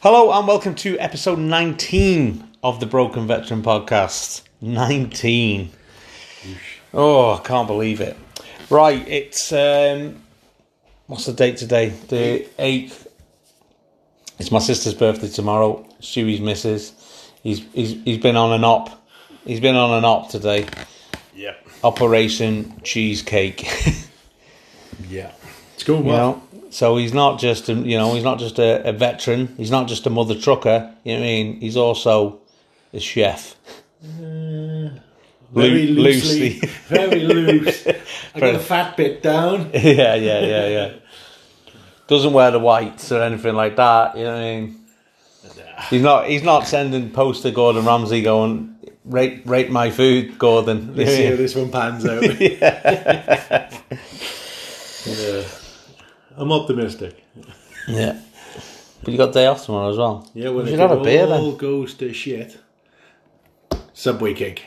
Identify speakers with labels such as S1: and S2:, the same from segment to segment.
S1: Hello and welcome to episode 19 of the Broken Veteran Podcast. 19. Oh, I can't believe it. Right, it's um what's the date today? The 8th. It's my sister's birthday tomorrow. Stewie's missus. He's he's he's been on an op. He's been on an op today.
S2: Yeah.
S1: Operation Cheesecake.
S2: Yeah. It's going
S1: You
S2: well.
S1: know, so he's not just a, you know he's not just a, a veteran. He's not just a mother trucker. You know what I mean? He's also a chef.
S2: very
S1: Loo-
S2: loosely.
S1: loosely.
S2: very loose. I got
S1: Very-
S2: a fat bit down.
S1: yeah, yeah, yeah, yeah. Doesn't wear the whites or anything like that. You know what I mean? He's not. He's not sending posts to Gordon Ramsay going rate rate my food, Gordon.
S2: Let's see how this one pans out. yeah. I'm optimistic.
S1: Yeah. But you got day off tomorrow as well.
S2: Yeah,
S1: you
S2: when it
S1: should have a beer
S2: all
S1: then.
S2: goes to shit. Subway kick.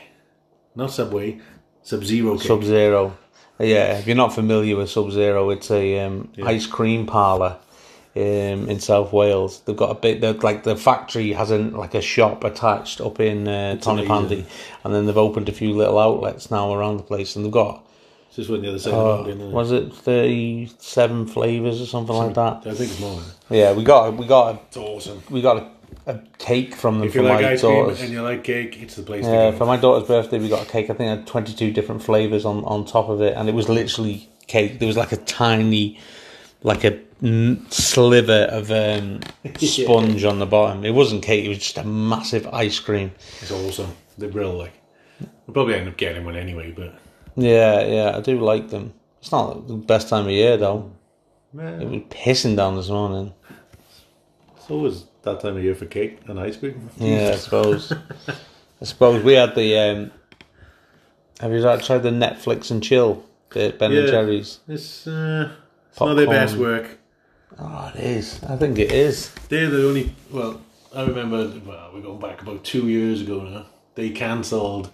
S2: Not Subway. Sub Zero kick.
S1: Sub Zero. Yeah, if you're not familiar with Sub Zero, it's a um, ice cream parlor um, in South Wales. They've got a bit they're- like the factory has an like a shop attached up in uh, Pandy,
S2: amazing.
S1: and then they've opened a few little outlets now around the place, and they've got
S2: It's just one the other side
S1: Oh,
S2: of the building, isn't it?
S1: was it thirty seven flavors or something like that.
S2: I think it's more.
S1: Yeah, we got we got
S2: It's awesome.
S1: a, we got a, a cake from them
S2: If
S1: for
S2: you like
S1: my
S2: ice cream
S1: daughters.
S2: and you like cake, it's the place
S1: Yeah,
S2: to go.
S1: Uh, for my daughter's birthday, we got a cake. I think it had 22 different flavours on, on top of it, and it was literally cake. There was like a tiny, like a n- sliver of um, sponge on the bottom. It wasn't cake, it was just a massive ice cream.
S2: It's awesome. They're real like. We'll probably end up getting one anyway, but
S1: Yeah, yeah, I do like them. It's not the best time of year, though. It was pissing down this morning.
S2: it's always that time of year for cake and ice cream.
S1: Yeah, I suppose. I suppose we had the. Um, have you tried the Netflix and chill? The Ben and
S2: Yeah.
S1: Jerry's.
S2: It's, uh, it's not their
S1: Popcorn.
S2: best work.
S1: Oh, it is. I think it is.
S2: They're the only. Well, I remember. Well, we're going back about two years ago now. They cancelled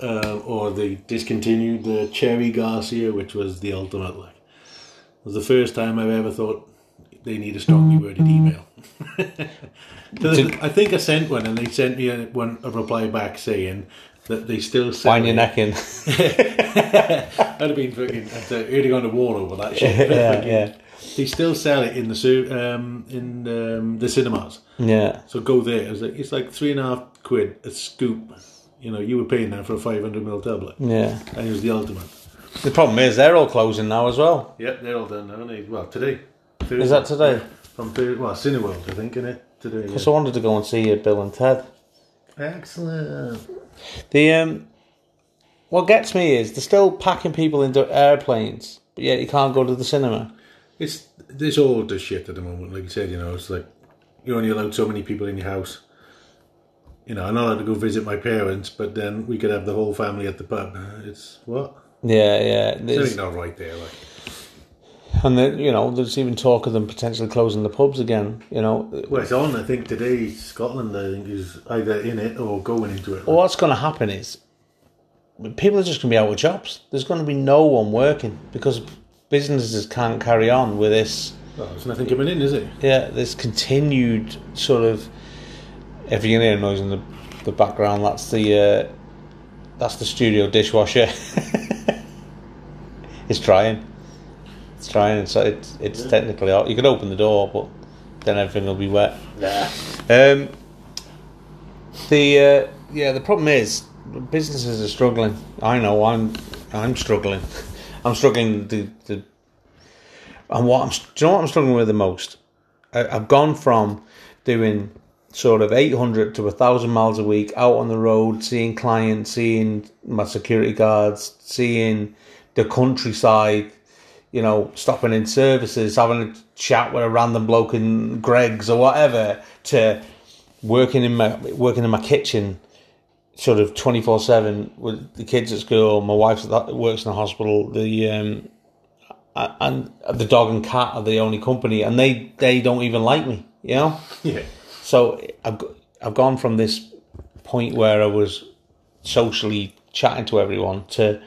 S2: uh, or they discontinued the Cherry Garcia, which was the ultimate. Like, it was the first time I've ever thought they need a strongly worded email. 'Cause
S1: Did-
S2: I think I sent one, and they sent me a, one a reply back saying that they still sell
S1: Wind your
S2: it.
S1: neck in.
S2: I'd have been fucking I'd have early gone to war over that shit.
S1: yeah, yeah,
S2: They still sell it in the su- um, in um, the cinemas.
S1: yeah.
S2: So go there. It's like it's like three and a half quid a scoop. You know, you were paying that for a five hundred ml tablet,
S1: Yeah.
S2: and it was the ultimate.
S1: The problem is they're all closing now as well.
S2: Yep, they're all done now. Aren't they? Well, today.
S1: Is that today?
S2: From Thursday, well, Cineworld, I think, isn't it? Today.
S1: Because I wanted to go and see uh, Bill and Ted.
S2: yeah. Excellent.
S1: The um, what gets me is they're still packing people into airplanes, but yet you can't go to the cinema.
S2: It's there's all the shit at the moment. Like you said, you know, it's like you're only allowed so many people in your house. You know, I'm not allowed to go visit my parents, but then we could have the whole family at the pub. It's what?
S1: Yeah, yeah.
S2: It's
S1: There's,
S2: really not right there. Like
S1: and then you know, there's even talk of them potentially closing the pubs again. You know,
S2: well, it's on. I think today Scotland. I think is either in it or going into it.
S1: what's going to happen is people are just going to be out of jobs. There's going to be no one working because businesses can't carry on with this
S2: Well, there's nothing coming in, is it?
S1: yeah, this continued sort of. If you can hear noise in the, the background, that's the uh, that's the studio dishwasher. it's trying, it's trying. It's it's, it's technically out. You could open the door, but then everything will be wet.
S2: Yeah.
S1: Um, the uh, yeah, the problem is businesses are struggling. I know I'm I'm struggling. I'm struggling. The the and what I'm do you know what I'm struggling with the most? I, I've gone from doing sort of 800 to 1000 miles a week out on the road seeing clients seeing my security guards seeing the countryside you know, stopping in services, having a chat with a random bloke in Greg's or whatever, to working in my working in my kitchen, sort of twenty four seven with the kids at school. My wife that works in the hospital. The um, a- and the dog and cat are the only company, and they they don't even like me, you know.
S2: Yeah.
S1: So I've go- I've gone from this point where I was socially chatting to everyone to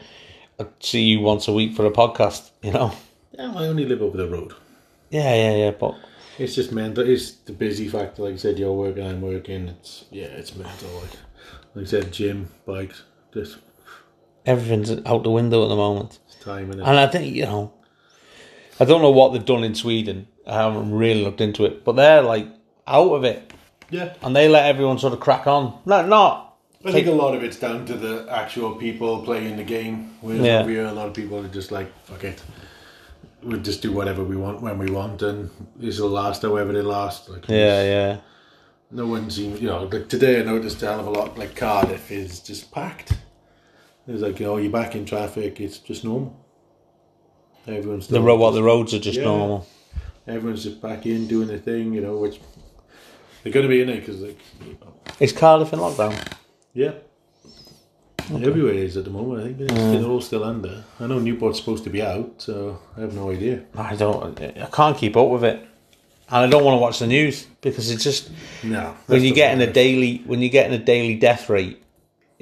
S1: I see you once a week for a podcast, you know.
S2: Yeah, I only live over the road.
S1: Yeah, yeah, yeah. But
S2: It's just mental. It's the busy factor. Like I said, you're working, I'm working. It's yeah, it's mental. Like, like I said, gym, bikes, just
S1: Everything's out the window at the moment.
S2: it's time and
S1: And I think, you know, I don't know what they've done in Sweden. I haven't really looked into it. But they're like out of it.
S2: yeah.
S1: And they let everyone sort of crack on. No, not.
S2: I think a lot of it's down to the actual people playing the game. Whereas
S1: Yeah.
S2: over here, a lot of people are just like, fuck it. We'll just do whatever we want when we want, and this will last however it lasts. Like,
S1: Yeah, yeah.
S2: No one seems, you know, like today I noticed a hell of a lot, like Cardiff is just packed. It's like, oh, you're back in traffic, it's just normal. Everyone's
S1: The
S2: still-
S1: ro- what the roads are just
S2: Yeah.
S1: normal.
S2: Everyone's just back in doing their thing, you know, which they're going to be in it because, like,
S1: Is Cardiff in lockdown?
S2: yeah. Everywhere is at the moment, I think. It's, They're all still under. I know Newport's supposed to be out, so I have no idea.
S1: I don't. I can't keep up with it, and I don't want to watch the news because it's just
S2: No.
S1: when you're getting a daily when you're getting a daily death rate.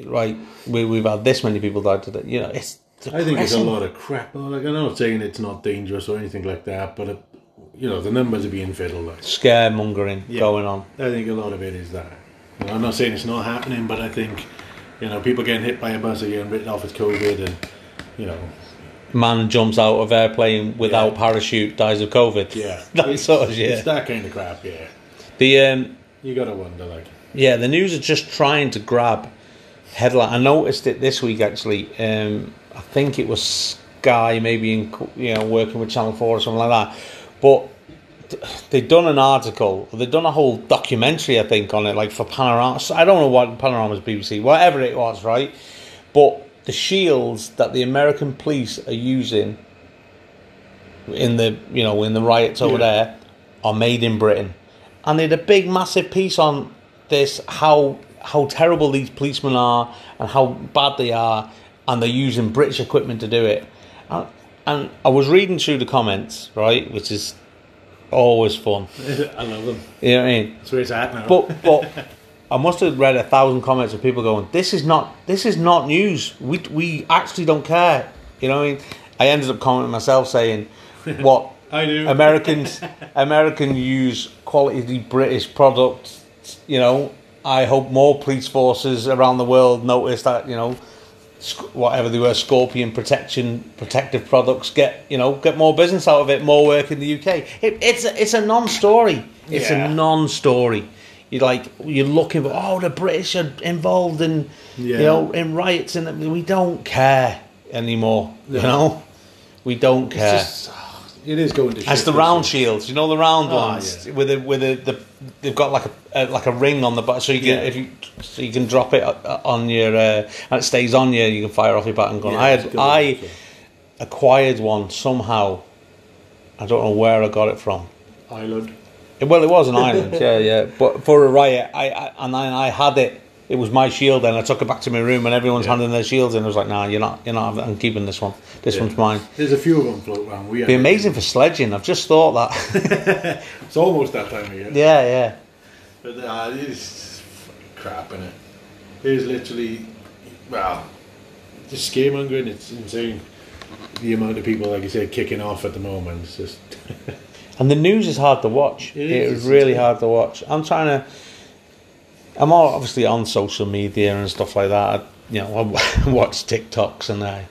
S1: Right, we, we've had this many people die today. You know, it's.
S2: I think it's a
S1: depressing.
S2: lot of crap. Like, I'm not saying it's not dangerous or anything like that, but, uh you know, the numbers are being fiddled. Like.
S1: scaremongering going on.
S2: I think a lot of it is that. You know, I'm not saying it's not happening, but I think, you know, people getting hit by a bus are getting written off as COVID and, you know,
S1: Man jumps out of airplane without parachute, dies of COVID.
S2: yeah.
S1: that
S2: It's-
S1: sort of
S2: It's
S1: shit.
S2: that kind of crap, yeah.
S1: The um,
S2: You gotta wonder, like,
S1: Yeah, the news are just trying to grab headline. I noticed it this week actually. Um, I think it was Sky, maybe in co- you know working with Channel Four or something like that. But th- they've done an article. They've done a whole documentary, I think, on it, like for Panorama. so I don't know what Panorama's BBC, whatever it was, right? But the shields that the American police are using in the you know in the riots over
S2: Yeah.
S1: there are made in Britain, and they had a big massive piece on this how how terrible these policemen are and how bad they are, and they're using British equipment to do it. And, and I was reading through the comments, right, which is always fun.
S2: I love them.
S1: You know what I mean?
S2: That's where it's at now.
S1: But but I must have read a thousand comments of people going, "This is not this is not news. We we actually don't care." You know what I mean? I ended up commenting myself saying, "What
S2: I do.
S1: Americans American use quality British product." You know, I hope more police forces around the world notice that. You know. sc- Whatever they were, scorpion protection, protective products. Get you know, get more business out of it, more work in the UK. It, it's a, it's a non-story. It's
S2: Yeah.
S1: a non-story. You're like you're looking for oh the British are involved in you
S2: Yeah.
S1: know in riots and we don't care anymore. You
S2: No.
S1: know, we don't
S2: It's
S1: care.
S2: just- ah, it is going to shit.
S1: That's the
S2: this
S1: round
S2: year.
S1: shields. You know the round
S2: Oh,
S1: ones
S2: yeah.
S1: with the with the, the they've got like a uh, like a ring on the butt so you can
S2: Yeah.
S1: if you so you can drop it o- o- on your uh, and it stays on you. You can fire off your bat and gun.
S2: Yeah,
S1: I
S2: it's
S1: had
S2: good.
S1: I acquired one somehow. I don't know where I got it from.
S2: Island.
S1: Well, it was an island, yeah, yeah. But for a riot, I, I and I, I had it. It was my shield, and I took it back to my room, and everyone's
S2: Yeah.
S1: handing their shields, and I was like, "Nah, you're not, you're not. I'm keeping this one. This one's mine."
S2: There's a few of them float around. We
S1: Be amazing for sledging. I've just thought that.
S2: It's almost that time of year.
S1: yeah, yeah.
S2: But uh, it's fucking crap in it. It's literally, well, just scaremongering. It's insane. The amount of people, like you said, kicking off at the moment. It's just
S1: And the news is hard to watch. It
S2: It
S1: is
S2: is.
S1: really hard to watch. I'm trying to. I'm all obviously on social media and stuff like that. I, you know, I watch TikToks and I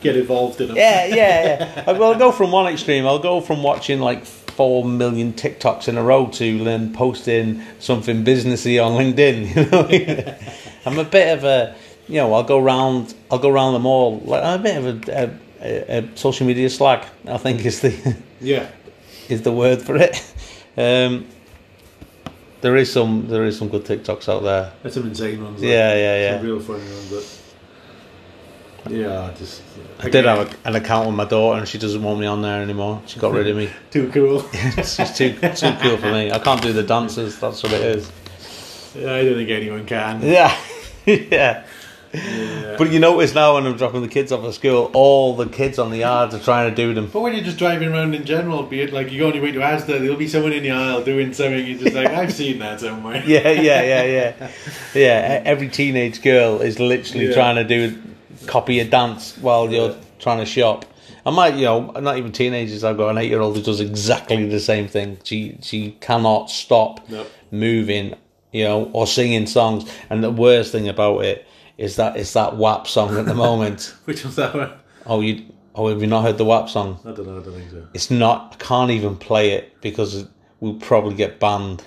S2: get involved in it.
S1: yeah, yeah, yeah. Well, I'll go from one extreme. I'll go from watching like four million TikToks in a row to then posting something businessy on LinkedIn. You know, I'm a bit of a, you know, I'll go round, I'll go round them all. Like I'm a bit of a, a, a, a social media slag. I think is the
S2: Yeah.
S1: is the word for it. Um, there is some there is some good TikToks out there.
S2: That's some insane ones. like,
S1: Yeah, yeah,
S2: Some
S1: yeah.
S2: real funny ones, but yeah, just.
S1: I did have a, an account with my daughter, and she doesn't want me on there anymore. She got rid of me.
S2: Too cool.
S1: It's just too too cool for me. I can't do the dances. That's what it is.
S2: I don't think anyone can.
S1: Yeah, yeah.
S2: Yeah.
S1: But you notice now when I'm dropping the kids off at school, all the kids on the yards are trying to do them.
S2: But when you're just driving around in general, be it like you go on your way to Asda, there'll be someone in the aisle doing something. You're just like, I've seen that somewhere.
S1: Yeah, yeah, yeah, yeah, yeah. e- Every teenage girl is literally
S2: Yeah.
S1: trying to do copy a dance while you're
S2: Yeah.
S1: trying to shop, I might, you know, not even teenagers. I've got an eight-year-old who does exactly the same thing. She she cannot stop
S2: Nope.
S1: moving, you know, or singing songs. And the worst thing about it is that it's that WAP song at the moment.
S2: Which was that one?
S1: oh, you oh, have you not heard the WAP song?
S2: I don't know. I don't think so.
S1: It's not. I can't even play it because we'll probably get banned.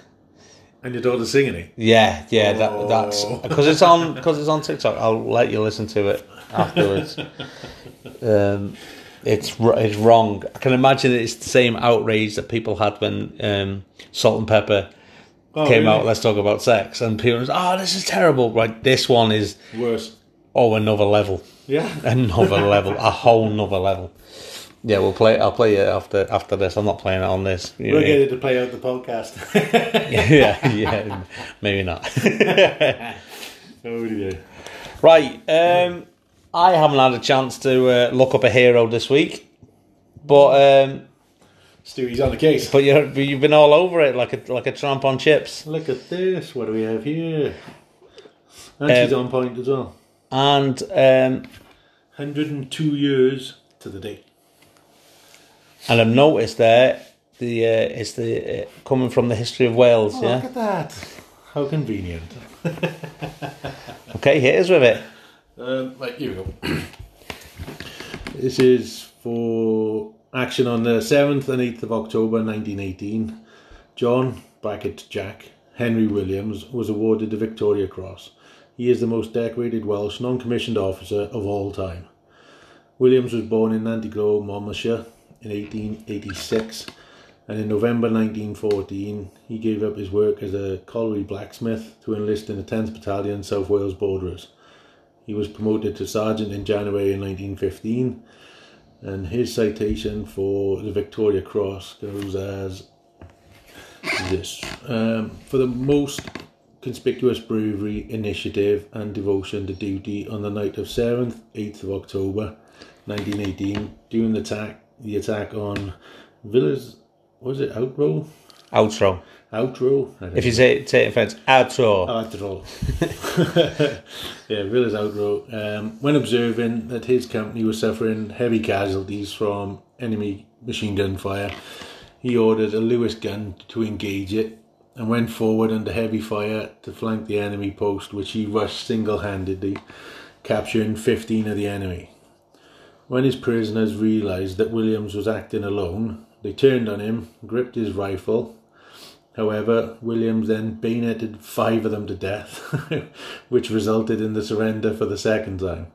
S2: And your daughter's singing it.
S1: Yeah, yeah, that, that's
S2: Oh.
S1: because it's on because it's on TikTok. I'll let you listen to it afterwards. um, it's r- it's wrong. I can imagine it's the same outrage that people had when um, Salt and Pepper
S2: Oh,
S1: came
S2: really?
S1: out. Let's talk about sex, and people was, oh, this is terrible. Right, this one is
S2: Worse.
S1: oh another level,
S2: Yeah.
S1: another level, a whole nother level. Yeah, we'll play. I'll play it after after this. I'm not playing it on this. You
S2: We'll
S1: know.
S2: get it to play out the podcast.
S1: yeah, yeah, maybe not.
S2: oh dear.
S1: Right, um, I haven't had a chance to uh, look up a hero this week, but um,
S2: Stewie's on the case.
S1: but you're, but you've been all over it like a like a tramp on chips.
S2: Look at this. What do we have here? And
S1: Um,
S2: she's on point as well.
S1: And um,
S2: 102 years to the date.
S1: and I've noticed there the uh, it's the uh, coming from the history of Wales.
S2: Oh, Look
S1: yeah.
S2: at that. How convenient.
S1: Okay, hit us with it.
S2: Um, right, here we go. this is for action on the 7th and 8th of October 1918. John Brackett Jack Henry Williams was awarded the Victoria Cross. He is the most decorated Welsh non commissioned officer of all time. Williams was born in Nantiglow, Monmouthshire in 1886, and in November 1914 he gave up his work as a colliery blacksmith to enlist in the 10th Battalion South Wales Borderers. He was promoted to sergeant in January 1915, and his citation for the Victoria Cross goes as this um, for the most conspicuous bravery, initiative, and devotion to duty on the night of 7th, 8th of October 1918 during the attack, the attack on Villas. Was it Outrow?
S1: Outro.
S2: Outrow? I don't
S1: If you say take it in French, outro.
S2: Oh, after all. yeah, Villa's outro. Um, when observing that his company was suffering heavy casualties from enemy machine gun fire, he ordered a Lewis gun to engage it and went forward under heavy fire to flank the enemy post, which he rushed single handedly, capturing 15 of the enemy. When his prisoners realised that Williams was acting alone, they turned on him, gripped his rifle, However, Williams then bayoneted five of them to death, which resulted in the surrender for the second time.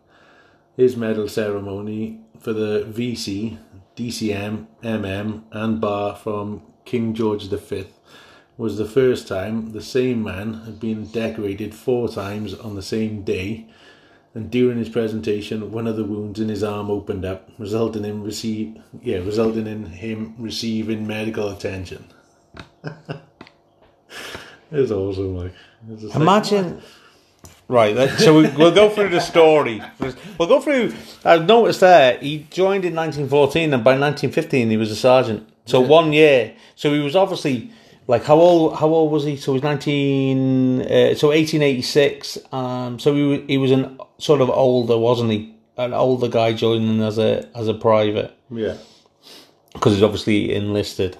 S2: His medal ceremony for the VC, DCM, MM, and bar from King George V was the first time the same man had been decorated four times on the same day. And during his presentation, one of the wounds in his arm opened up, resulting in receive, yeah, resulting in him receiving medical attention. It's awesome, like. It's just like-
S1: Imagine. Right, let- so we, we'll go through the story. First- We'll go through. I've noticed there he joined in 1914, and by 1915 he was a sergeant. So one year. So he was obviously like how old? How old was he? So he was 19. Uh, so 1886. Um, so he was, he was an sort of older, wasn't he? An older guy joining as a as a private
S2: yeah.
S1: because he's obviously enlisted.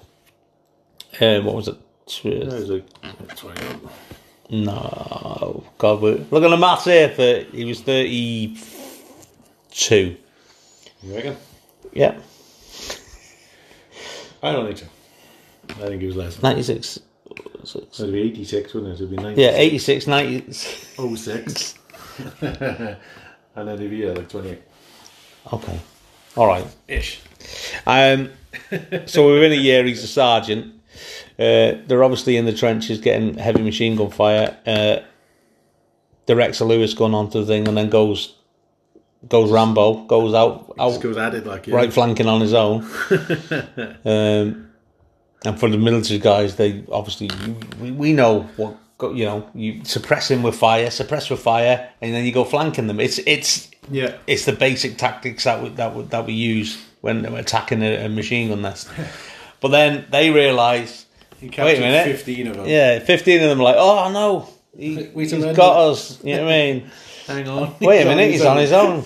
S1: Um, what was it? Tw-
S2: That was like, that's why I got-
S1: No, God, we're looking at maths here. For he was thirty-two.
S2: You reckon?
S1: Yeah,
S2: I don't think so. I think it was less. That
S1: ninety-six.
S2: would be 86, wouldn't it? It'd be 90.
S1: Yeah, 86, 90.
S2: Oh, 06. and then it'd be yeah, like 28.
S1: Okay, all right.
S2: Ish.
S1: Um, so within a year, he's a sergeant. Uh, they're obviously in the trenches getting heavy machine gun fire. Uh, directs a Lewis gun onto the thing and then goes goes Rambo, goes out out
S2: Just goes at it like, yeah.
S1: right flanking on his own. um, and for the military guys, they obviously we, we know what go- you know. You suppress him with fire, suppress with fire, and then you go flanking them. It's it's
S2: Yeah.
S1: it's the basic tactics that we, that we, that we use when attacking a, a machine gun nest. but then they realise,
S2: He
S1: wait a
S2: captured
S1: minute,
S2: 15 of them.
S1: yeah, fifteen of them are like, oh no, he,
S2: We
S1: he's
S2: surrendered."
S1: got us. You know what I mean?
S2: Hang on.
S1: Wait a minute, he's on his own.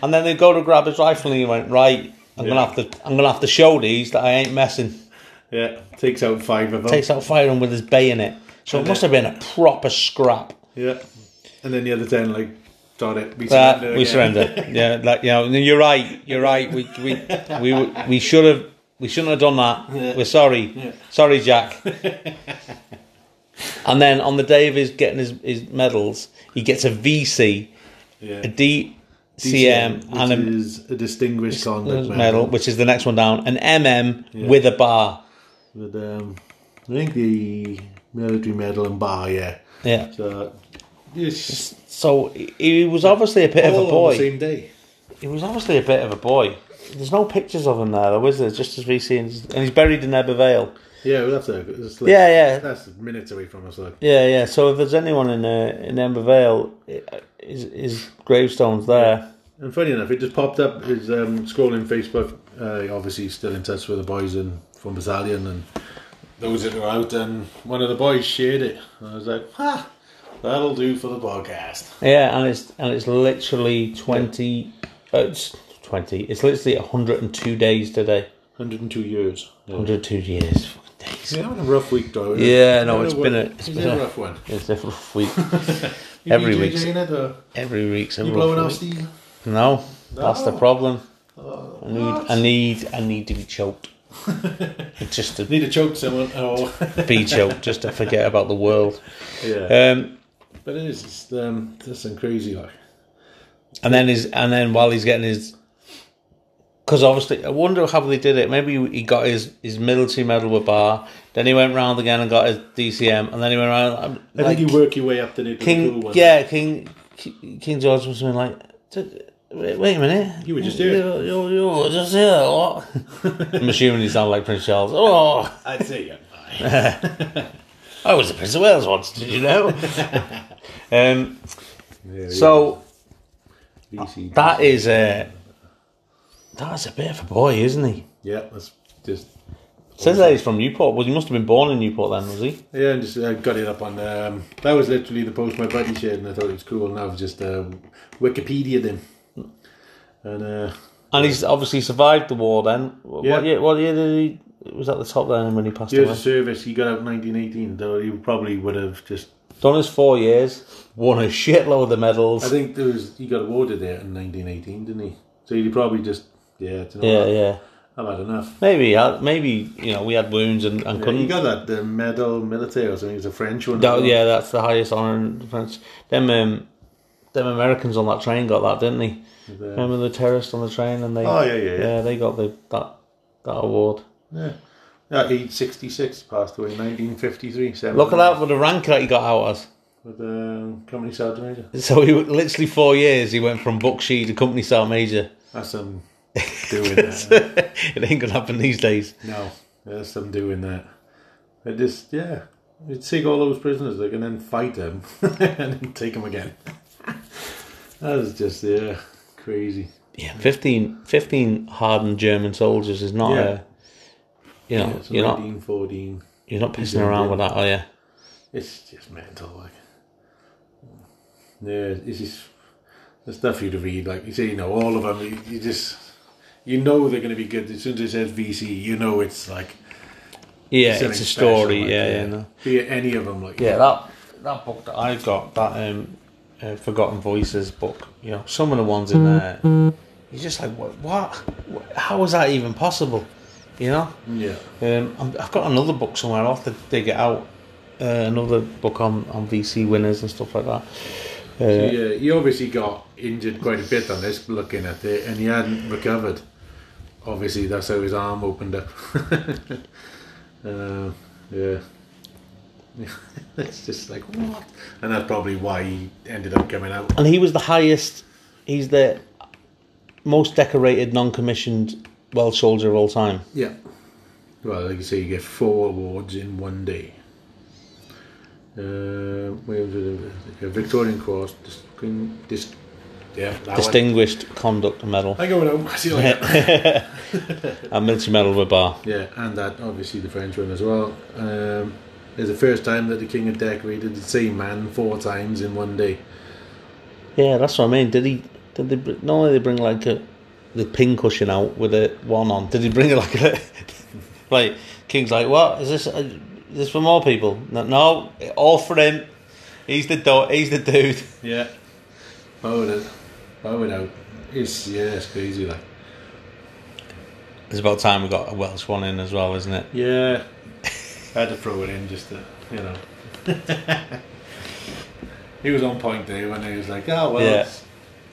S1: And then they go to grab his rifle and he went, Right, I'm gonna have to. I'm gonna have to show these that I ain't messing.
S2: Yeah, takes out five of them.
S1: Takes out firing with his bayonet. So it must have been a proper scrap.
S2: yeah, and then the other ten like, dot it. We
S1: That
S2: surrender
S1: Ah, Uh, we
S2: again."
S1: surrender. yeah, that you know. and You're right. You're right. We we we we should have. We shouldn't have done that.
S2: Yeah.
S1: We're sorry.
S2: Yeah.
S1: Sorry, Jack. and then on the day of his getting his, his medals, he gets a VC,
S2: yeah.
S1: a DCM,
S2: which
S1: and a
S2: is a distinguished conduct
S1: medal,
S2: medal.
S1: which is the next one down, an MM with a bar.
S2: With um, I think the military medal and bar. Yeah.
S1: Yeah.
S2: So yes,
S1: So he- he was obviously a bit of a
S2: all on the
S1: boy.
S2: same day.
S1: He was obviously a bit of a boy. There's no pictures of him there, though, is there? Just as VC, and he's, and he's buried in Ebervale.
S2: Yeah, well, that's a it's like,
S1: Yeah, yeah.
S2: That's minutes away from us. Like,
S1: Yeah, yeah. So if there's anyone in uh, in Ember Vale, i- his, his gravestone's there.
S2: And funny enough, it just popped up. Is um, scrolling Facebook. Uh, obviously, he's still in touch with the boys in from Battalion and those that are out. And one of the boys shared it. And I was like, "Ha, that'll do for the podcast."
S1: Yeah, and it's and it's literally twenty. Uh, it's twenty. It's literally hundred and two days today.
S2: 102 years. Yeah,
S1: Hundred two years. Fucking days.
S2: We're having a rough week, though. isn't it?
S1: Oh. Yeah, no,
S2: Having
S1: it's
S2: wor-
S1: been a it's
S2: it's
S1: been a
S2: rough one.
S1: it's a rough week.
S2: You
S1: Every
S2: been
S1: week's-
S2: JJing it, or
S1: Every week's a
S2: you
S1: rough
S2: blowing off
S1: week.
S2: Steve?
S1: No, that's the
S2: No.
S1: problem.
S2: Oh,
S1: I need, I need, I need to be choked. just to
S2: need to choke someone. Oh,
S1: be choked, just to forget about the world.
S2: yeah.
S1: Um,
S2: But it is. It's um, there's some crazy like.
S1: And then his, and then while he's getting his, because obviously I wonder how they did it. Maybe he got his his military medal with bar. Then he went round again and got his DCM, and then he went round.
S2: I
S1: um, Like,
S2: think you work your way up to the
S1: King,
S2: cool one.
S1: yeah, King, Ki- King George was something like, "D- wait, wait a minute,
S2: You were just here."
S1: You, you, you were just here. What? I'm assuming he sounded like Prince Charles. Oh,
S2: I'd say yeah.
S1: I was the Prince of Wales once. Did you know? um, so
S2: VC.
S1: that is a that's a bit of a boy, isn't he?
S2: yeah, that's just
S1: Says that he's from Newport. Well, he must have been born in Newport then, was he?
S2: yeah. And just I got it up on um, that was literally the post my buddy shared, and I thought it was cool. And I've just uh, Wikipedia then, and uh,
S1: And he's obviously survived the war then. What
S2: Yeah.
S1: year? What year did he? Was at the top then when he passed
S2: years
S1: away?
S2: of service he got out in 1918. Though he probably would have just.
S1: Done his four years, won a shitload of medals.
S2: I think there was he got awarded there in 1918, didn't he? So he probably just yeah. Do you know
S1: yeah,
S2: what?
S1: yeah.
S2: I've had enough.
S1: Maybe, uh, maybe you know, we had wounds and, and
S2: Yeah,
S1: couldn't.
S2: you got that the medal military or something. It's a French one.
S1: That- yeah, that's the highest honor in France. Them, um, them Americans on that train got that, didn't they?
S2: The-
S1: Remember the terrorists on the train and they.
S2: Oh, yeah, yeah, yeah.
S1: they got the that that award.
S2: yeah. At age 66, passed away in 1953.
S1: Look at that for the rank that he got out as.
S2: With um, company sergeant major.
S1: So he literally four years. He went from Buckshee to company sergeant major.
S2: That's some doing that.
S1: it ain't gonna happen these days.
S2: No, that's some doing that. It just, yeah. You'd take all those prisoners, like, and then fight them, and then take them again. That was just, yeah, crazy.
S1: Yeah, 15, 15 hardened German soldiers is not
S2: Yeah.
S1: a. You know,
S2: Yeah, so
S1: you're not
S2: 1914.
S1: you're not pissing around with that, are you?
S2: It's just mental, like. Yeah, it's just the stuff you'd read, like you say, you know, all of them. You, you just, you know, they're going to be good. As soon as it says VC, you know, it's like
S1: Yeah,
S2: something
S1: it's a
S2: special,
S1: story.
S2: like,
S1: yeah, yeah, no.
S2: Be it any of them, like
S1: yeah. That that book that I've got, that um, uh, Forgotten Voices book. You know, some of the ones in there, you're just like, what? what? Wh- How is that even possible? You know.
S2: yeah.
S1: Um, I'm- I've got another book somewhere. I'll have to dig it out. Uh, another book on, on VC winners and stuff like that. Uh,
S2: Yeah, he obviously got injured quite a bit on this, looking at it, and he hadn't recovered. Obviously, that's how his arm opened up. uh, yeah. it's just like, what? And that's probably why he ended up coming out.
S1: and he was the highest. He's the most decorated non-commissioned Welsh soldier of all time.
S2: Yeah. Well, like you say, you get four awards in one day. Uh, where was it? The Victorian Cross, distinct, dis- yeah, that one.
S1: Distinguished Conduct Medal
S2: I go now. See you later.
S1: and military medal with bar.
S2: Yeah, and that obviously the French one as well. Um, it's the first time that the king had decorated the same man four times in one day.
S1: Yeah, that's what I mean. Did he? Did they? br- Normally they bring like a the pin cushion out with a one on. Did he bring it like a like King's like what is this? uh, Is this for more people? No, no, all for him. He's the do- he's the dude.
S2: Yeah. Bowing out. Bowing out. It's, yeah, it's crazy, like.
S1: It's about time we got a Welsh one in as well, isn't it?
S2: Yeah. I had to throw it in just to, you know. he was on point there when he was like, oh, well,
S1: Yeah.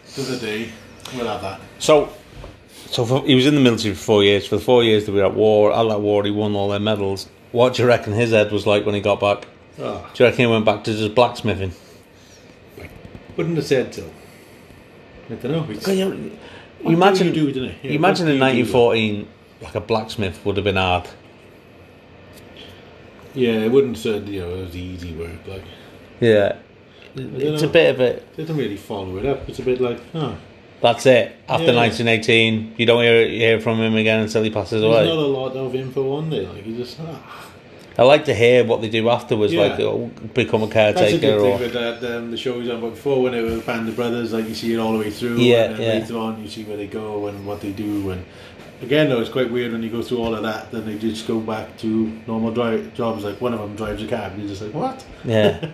S2: it's another day. We'll have that.
S1: So, so for, he was in the military for four years. For the four years that we were at war, at that war, he won all their medals. What do you reckon his head was like when he got back?
S2: Oh,
S1: Do you reckon he went back to just blacksmithing?
S2: wouldn't have said so. I don't know. It's,
S1: Can you, you imagine,
S2: you do, don't you? Yeah,
S1: you imagine
S2: what
S1: in
S2: do you do?
S1: 1914, like a blacksmith would have been hard.
S2: yeah, it wouldn't have said, you know, it was easy work. Like,
S1: Yeah, it's a
S2: know.
S1: bit of a.
S2: they didn't really follow it up. It's a bit like, oh,
S1: That's it. After
S2: Yeah.
S1: 1918, you don't hear hear from him again until he passes
S2: there's
S1: away.
S2: not a lot of info on there. Like, you just, ah.
S1: I like to hear what they do afterwards,
S2: Yeah.
S1: like they'll become a
S2: That's a
S1: caretaker
S2: good
S1: or
S2: thing with that, um, the show we was on about before when it was Band of Brothers, like you see it all the way through.
S1: Yeah,
S2: and then
S1: yeah.
S2: Later on, you see where they go and what they do. And again, though, it's quite weird when you go through all of that, then they just go back to normal dri- jobs. Like one of them drives a cab, and you're just like, what?
S1: yeah.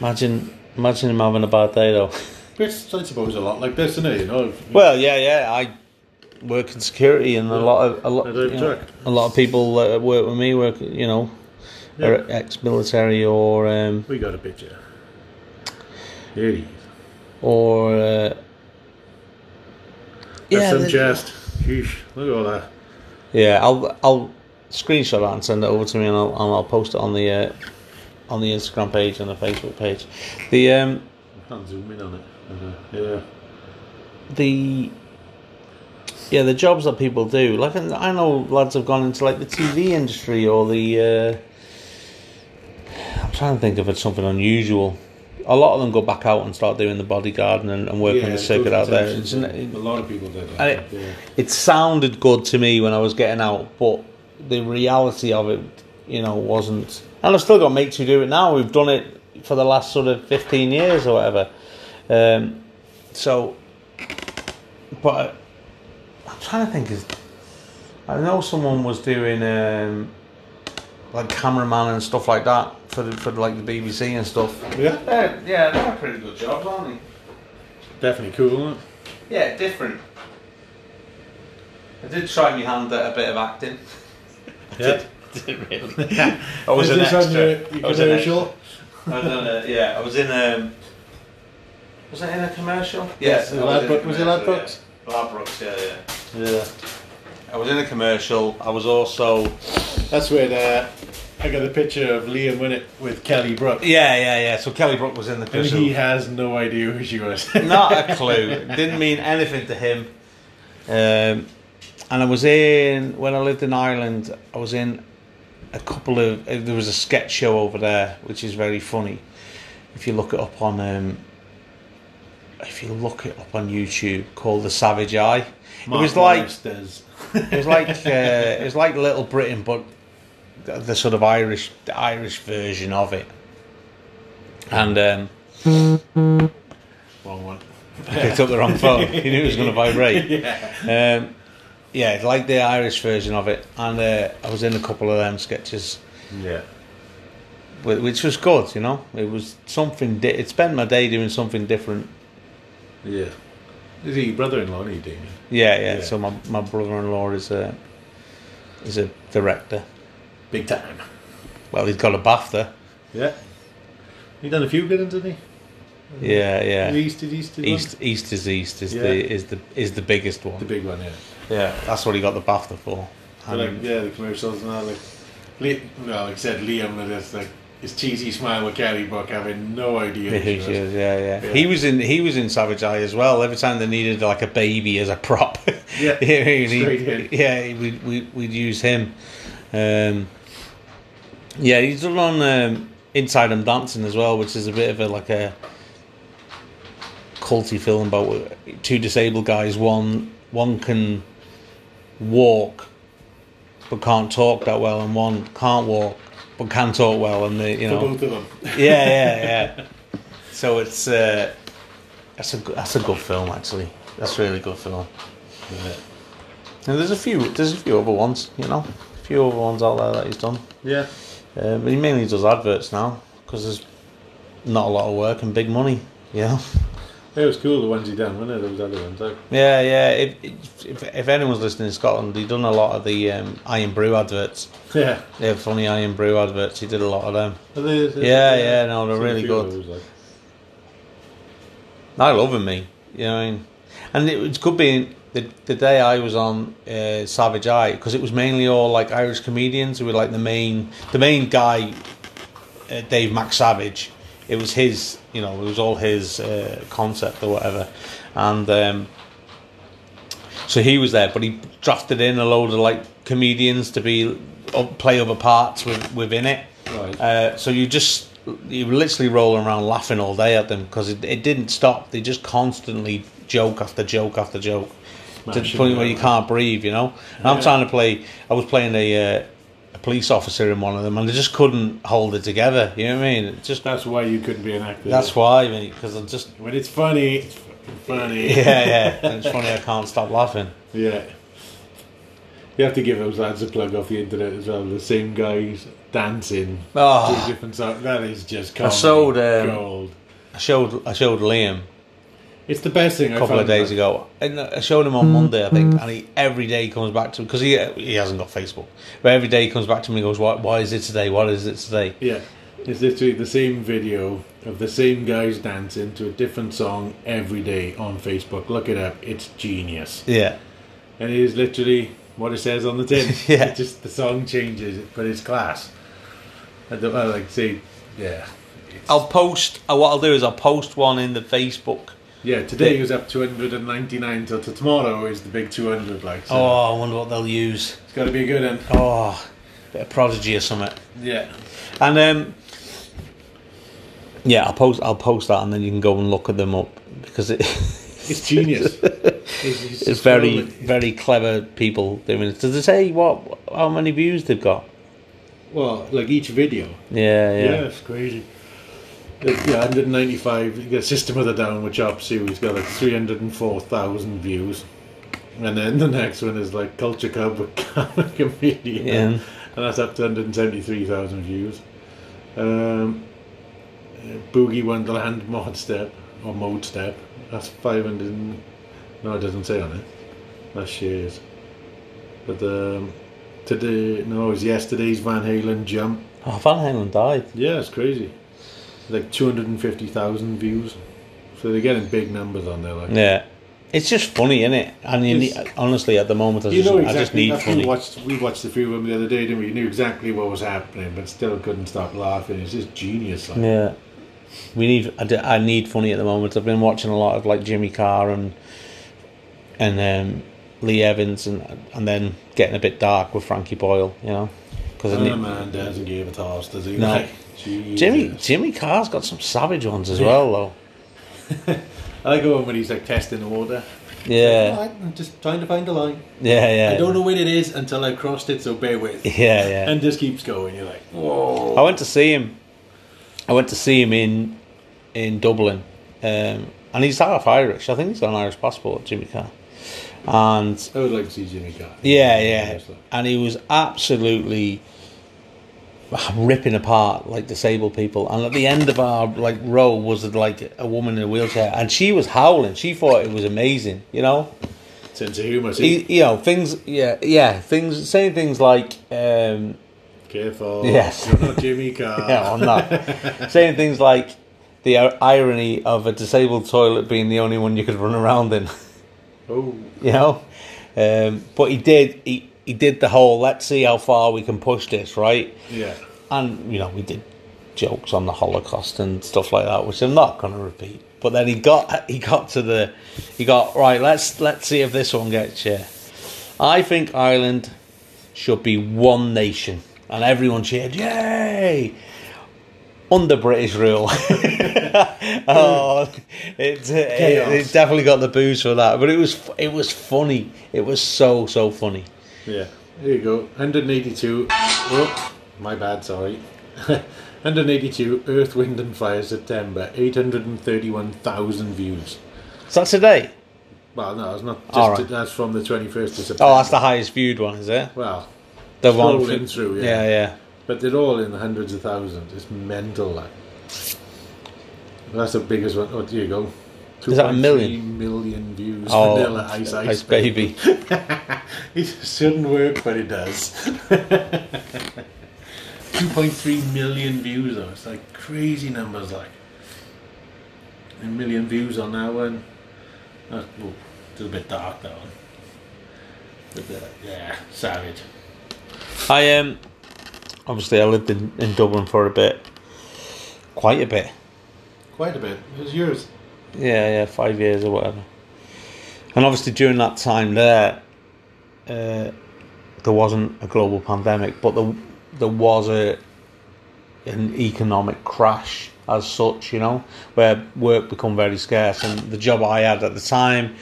S1: imagine, imagine him having a bad day though.
S2: It's, I suppose, a lot like this, isn't it? You know, if-
S1: Well, yeah, yeah. I work in security, and a lot of a lot,
S2: I don't
S1: you know,
S2: check.
S1: a lot of people that work with me work, you know,
S2: Yeah.
S1: are ex-military or um,
S2: we got a picture. There he is.
S1: or uh,
S2: That's some
S1: the-
S2: chest. Sheesh, look at all that.
S1: yeah. I'll I'll screenshot that and send it over to me, and I'll and I'll post it on the uh, on the Instagram page and the Facebook page. The um
S2: I'll zoom in on it. Uh, yeah.
S1: the yeah the jobs that people do like i know lads have gone into like the tv industry or the uh i'm trying to think of it something unusual a lot of them go back out and start doing the bodyguarding and, and working
S2: yeah,
S1: the circuit out there
S2: it's-
S1: It's-
S2: A lot of people did
S1: And
S2: that.
S1: it-
S2: yeah.
S1: it sounded good to me when I was getting out, but the reality of it, you know, wasn't. And I've still got mates who do it now. We've done it for the last sort of 15 years or whatever. Um, so, but I, I'm trying to think. Is I know someone was doing um, like cameraman and stuff like that for the, for like the BBC and stuff.
S2: yeah,
S1: They're, yeah, they're pretty good jobs, aren't
S2: definitely cool, isn't it?
S1: they? Yeah, different. I did try my hand at a bit of acting.
S2: Yeah.
S1: I was
S2: Is
S1: an
S2: this on
S1: extra.
S2: your- your
S1: I was an
S2: commercial?
S1: extra. I don't know. Yeah, I was in. Um, was I in a commercial?
S2: Yes,
S1: I was in a
S2: Ladbroke- was it
S1: commercial,
S2: Ladbrokes?
S1: Yeah. Ladbrokes, yeah, yeah.
S2: Yeah.
S1: I was in a commercial. I was also.
S2: That's where uh, I got a picture of Liam Winnett with Kelly Brook.
S1: Yeah, yeah, yeah. So Kelly Brook was in the
S2: And
S1: commercial.
S2: he has no idea who she was.
S1: Not a clue. Didn't mean anything to him. Um, and I was in when I lived in Ireland. I was in a couple of. uh, There was a sketch show over there, which is very funny. If you look it up on, um, if you look it up on YouTube, called the Savage Eye. it was like
S2: Morris does.
S1: it was like uh, it was like Little Britain, but the, the sort of Irish the Irish version of it. And um,
S2: Wrong one.
S1: I picked up the wrong phone. He knew it was going to vibrate. Yeah. Um, yeah, it's like the Irish version of it. And uh, I was in a couple of them sketches,
S2: Yeah.
S1: wh- which was good, you know? It was something, di- it spent my day doing something different.
S2: Yeah. Is he your brother-in-law? Is he Damien?
S1: Yeah, yeah.
S2: Yeah.
S1: So my, my brother in law is a, is a director.
S2: Big time.
S1: Well, he's got a BAFTA.
S2: Yeah. He done a few good ones, didn't he? Mm-hmm.
S1: Yeah, yeah.
S2: East is East. is
S1: East, East is East is
S2: Yeah.
S1: the is the is the biggest one.
S2: one. The big one, yeah.
S1: yeah, that's what he got the BAFTA for.
S2: But like, yeah, the commercials and all. Like, Li- no, like I said, Liam with his like his cheesy smile with Kelly Brook, having no idea
S1: Yeah,
S2: who
S1: he
S2: she was.
S1: was, yeah, yeah,
S2: Yeah.
S1: He was in he was in Savage Eye as well. Every time they needed like a baby as a prop,
S2: Yeah.
S1: he- he-
S2: Straight in.
S1: yeah, he- we'd, we'd, we'd use him. Um, yeah, he's done on um, Inside and Dancing as well, which is a bit of a like a culty film about two disabled guys. One one can walk but can't talk that well, and one can't walk but can talk well, and they you
S2: For
S1: know
S2: both of them.
S1: yeah, yeah, yeah. So it's uh, that's a go- that's a good film actually. That's a really good film. And there's a few, there's a few other ones, you know, a few other ones out there that he's done.
S2: Yeah.
S1: Uh, but he mainly does adverts now because there's not a lot of work and big money, you know.
S2: It was cool the ones he done, wasn't it? Those other ones. Like,
S1: Yeah, yeah. If if, if anyone's listening in Scotland, he done a lot of the um, Iron Brew adverts.
S2: yeah.
S1: Yeah, funny Iron Brew adverts. He did a lot of them.
S2: Are they-
S1: Yeah, yeah, no, they're
S2: Seen a
S1: really
S2: uh, few of
S1: good.
S2: those, like.
S1: I love him, me. You know what I mean? And it, was could be the, the day I was on uh, Savage Eye because it was mainly all like Irish comedians who were like the main the main guy, uh, Dave Mac Savage. It was his, you know, it was all his uh, concept or whatever, and um, so he was there. But he drafted in a load of like comedians to be up, play other parts with, within it.
S2: Right.
S1: Uh, so you just you were literally rolling around laughing all day at them because it, it didn't stop. They just constantly joke after joke after joke to the
S2: Smashing
S1: point where
S2: it
S1: you
S2: out.
S1: can't breathe. You know. And I'm
S2: Yeah.
S1: trying to play. I was playing a. Uh, a police officer in one of them, and they just couldn't hold it together. You know what I mean? It just
S2: That's why you couldn't be an actor.
S1: that's why, mate, because I'm just
S2: when it's funny, it's fucking funny.
S1: yeah, yeah. And it's funny I can't stop laughing.
S2: Yeah. You have to give those lads a plug off the internet as well. The same guys dancing.
S1: Oh.
S2: Two different songs. That is just comedy.
S1: sold, um,
S2: gold.
S1: I showed I showed Liam
S2: It's the best thing
S1: a couple
S2: I
S1: of
S2: found,
S1: days
S2: like-
S1: ago. And I showed him on Monday, I think, and he every day he comes back to because he he hasn't got Facebook, but every day he comes back to me and goes, "Why why is it today? What is it today?"
S2: Yeah. It's literally the same video of the same guys dancing to a different song every day on Facebook. Look it up. It's genius.
S1: Yeah,
S2: And it is literally what it says on the tin.
S1: Yeah.
S2: It's just the song changes, but it's class. I don't I like say, yeah.
S1: I'll post. uh, What I'll do is I'll post one in the Facebook.
S2: Yeah, today was up 299, so to tomorrow is the big 200, like. So
S1: Oh, I wonder what they'll use.
S2: It's got to be a good one.
S1: Oh, bit of prodigy or something.
S2: Yeah.
S1: And um, yeah, I'll post. I'll post that, and then you can go and look at them up because it,
S2: It's genius. it's,
S1: it's very, very clever people doing it. Does it say what how many views they've got?
S2: Well, like each video.
S1: Yeah, yeah.
S2: it's crazy. It's, yeah, 195. The System of the Down, which Op Suey's got like 304,000 views. And then the next one is like Culture Club with Carmen Comedian.
S1: Yeah.
S2: And that's up to 173,000 views. Um, uh, Boogie Wonderland Mod Step, or Mode Step, that's 500. and- No, it doesn't say on it. That's shares. But um, today, no, it was yesterday's Van Halen Jump.
S1: Oh, Van Halen died.
S2: Yeah, it's crazy. Like 250,000 views. So they're getting big numbers on there. Like,
S1: Yeah, it's just funny, isn't it? And you
S2: It's-
S1: need, honestly, at the moment, I, just, I just need
S2: that's-
S1: funny.
S2: We watched, we watched a few of them the other day, didn't we? You knew exactly what was happening, but still couldn't stop laughing. It's just genius. Like.
S1: Yeah, we need. I, d- I need funny at the moment. I've been watching a lot of like Jimmy Carr and and um, Lee Evans, and and then getting a bit dark with Frankie Boyle. You know, because
S2: And the man doesn't give a toss, does he?
S1: No.
S2: Like, Jesus.
S1: Jimmy Jimmy Carr's got some savage ones as well, though.
S2: I like the one when he's like testing the water.
S1: Yeah,
S2: Like, "Alright, I'm just trying to find a line.
S1: yeah, yeah.
S2: I don't know what it is until I crossed it, so bear with.
S1: Yeah, Oh. yeah.
S2: And just keeps going. You're like, whoa.
S1: I went to see him. I went to see him in in Dublin, um, and he's half Irish. I think he's got an Irish passport, Jimmy Carr. And
S2: I would like to see Jimmy Carr.
S1: yeah, yeah,
S2: Honestly.
S1: and he was absolutely ripping apart like disabled people. And at the end of our like row was like a woman in a wheelchair, and she was howling. She thought it was amazing, you know
S2: Sense of humour. see?
S1: he, you know things yeah yeah things saying things like um
S2: Careful.
S1: Yes.
S2: You're not Jimmy Carr.
S1: yeah i'm not saying things like the ir- irony of a disabled toilet being the only one you could run around in
S2: Oh,
S1: you know um but he did he he did the whole let's see how far we can push this right
S2: yeah.
S1: and you know we did jokes on the holocaust and stuff like that which i'm not going to repeat but then he got he got to the he got right let's let's see if this one gets you i think ireland should be one nation and everyone cheered yay under british rule oh it, it, it
S2: Chaos.
S1: definitely got the booze for that but it was f- it was funny it was so so funny
S2: Yeah. There you go. 182. Oh, my bad, sorry. 182 Earth, Wind and Fire September. 831,000 views.
S1: is that today
S2: Well, no, it's not. Just
S1: All right.
S2: that's from the twenty first of September.
S1: Oh, that's the highest viewed one, is it?
S2: well,
S1: The
S2: scrolling
S1: one.
S2: through, yeah.
S1: Yeah, yeah.
S2: But they're all in the hundreds of thousands. It's mental, like. That's the biggest one. Oh, there you go.
S1: Is that a
S2: 2.3
S1: million?
S2: million views.
S1: Oh,
S2: Vanilla Ice Ice,
S1: Ice Baby.
S2: it shouldn't work, but it does. 2.3 million views, though. It's like crazy numbers, like. A million views on that one. That's oh, it's a bit dark, that one. But, uh, yeah, savage.
S1: I um, obviously I lived in, in Dublin for a bit, quite a bit.
S2: Quite a bit. It was yours.
S1: Yeah, yeah, five years or whatever. And obviously during that time there, uh, there wasn't a global pandemic, but there there was a an economic crash as such, you know, where work become very scarce. And the job I had at the time,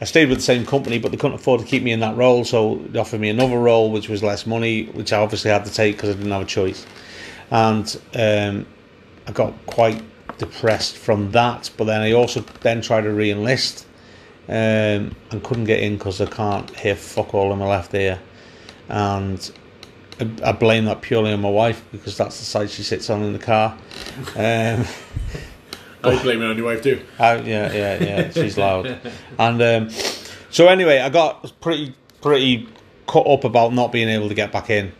S1: I stayed with the same company, but they couldn't afford to keep me in that role, so they offered me another role, which was less money, which I obviously had to take because I didn't have a choice. And um, I got quite depressed from that. But then I also then tried to re-enlist um, and couldn't get in because I can't hear fuck all in my left ear. And I- I blame that purely on my wife because that's the side she sits on in the car. Um,
S2: I Oh, blame it on your wife, too.
S1: I, yeah, yeah, yeah. She's loud. And um, so anyway, I got pretty pretty cut up about not being able to get back in.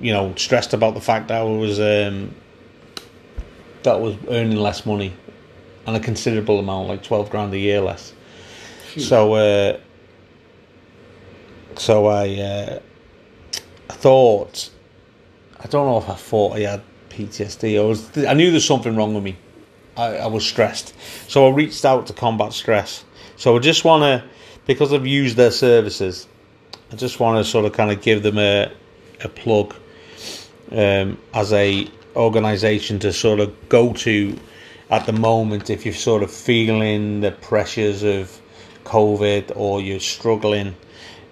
S1: You know, stressed about the fact that I was um, that I was earning less money, and a considerable amount, like twelve grand a year less. So, uh, so I, uh, I thought, I don't know if I thought I had PTSD. I was, I knew there's something wrong with me. I, I was stressed, so I reached out to combat stress. So I just want to, because I've used their services, I just want to sort of kind of give them a, a plug um, as a organisation to sort of go to at the moment if you're sort of feeling the pressures of COVID or you're struggling,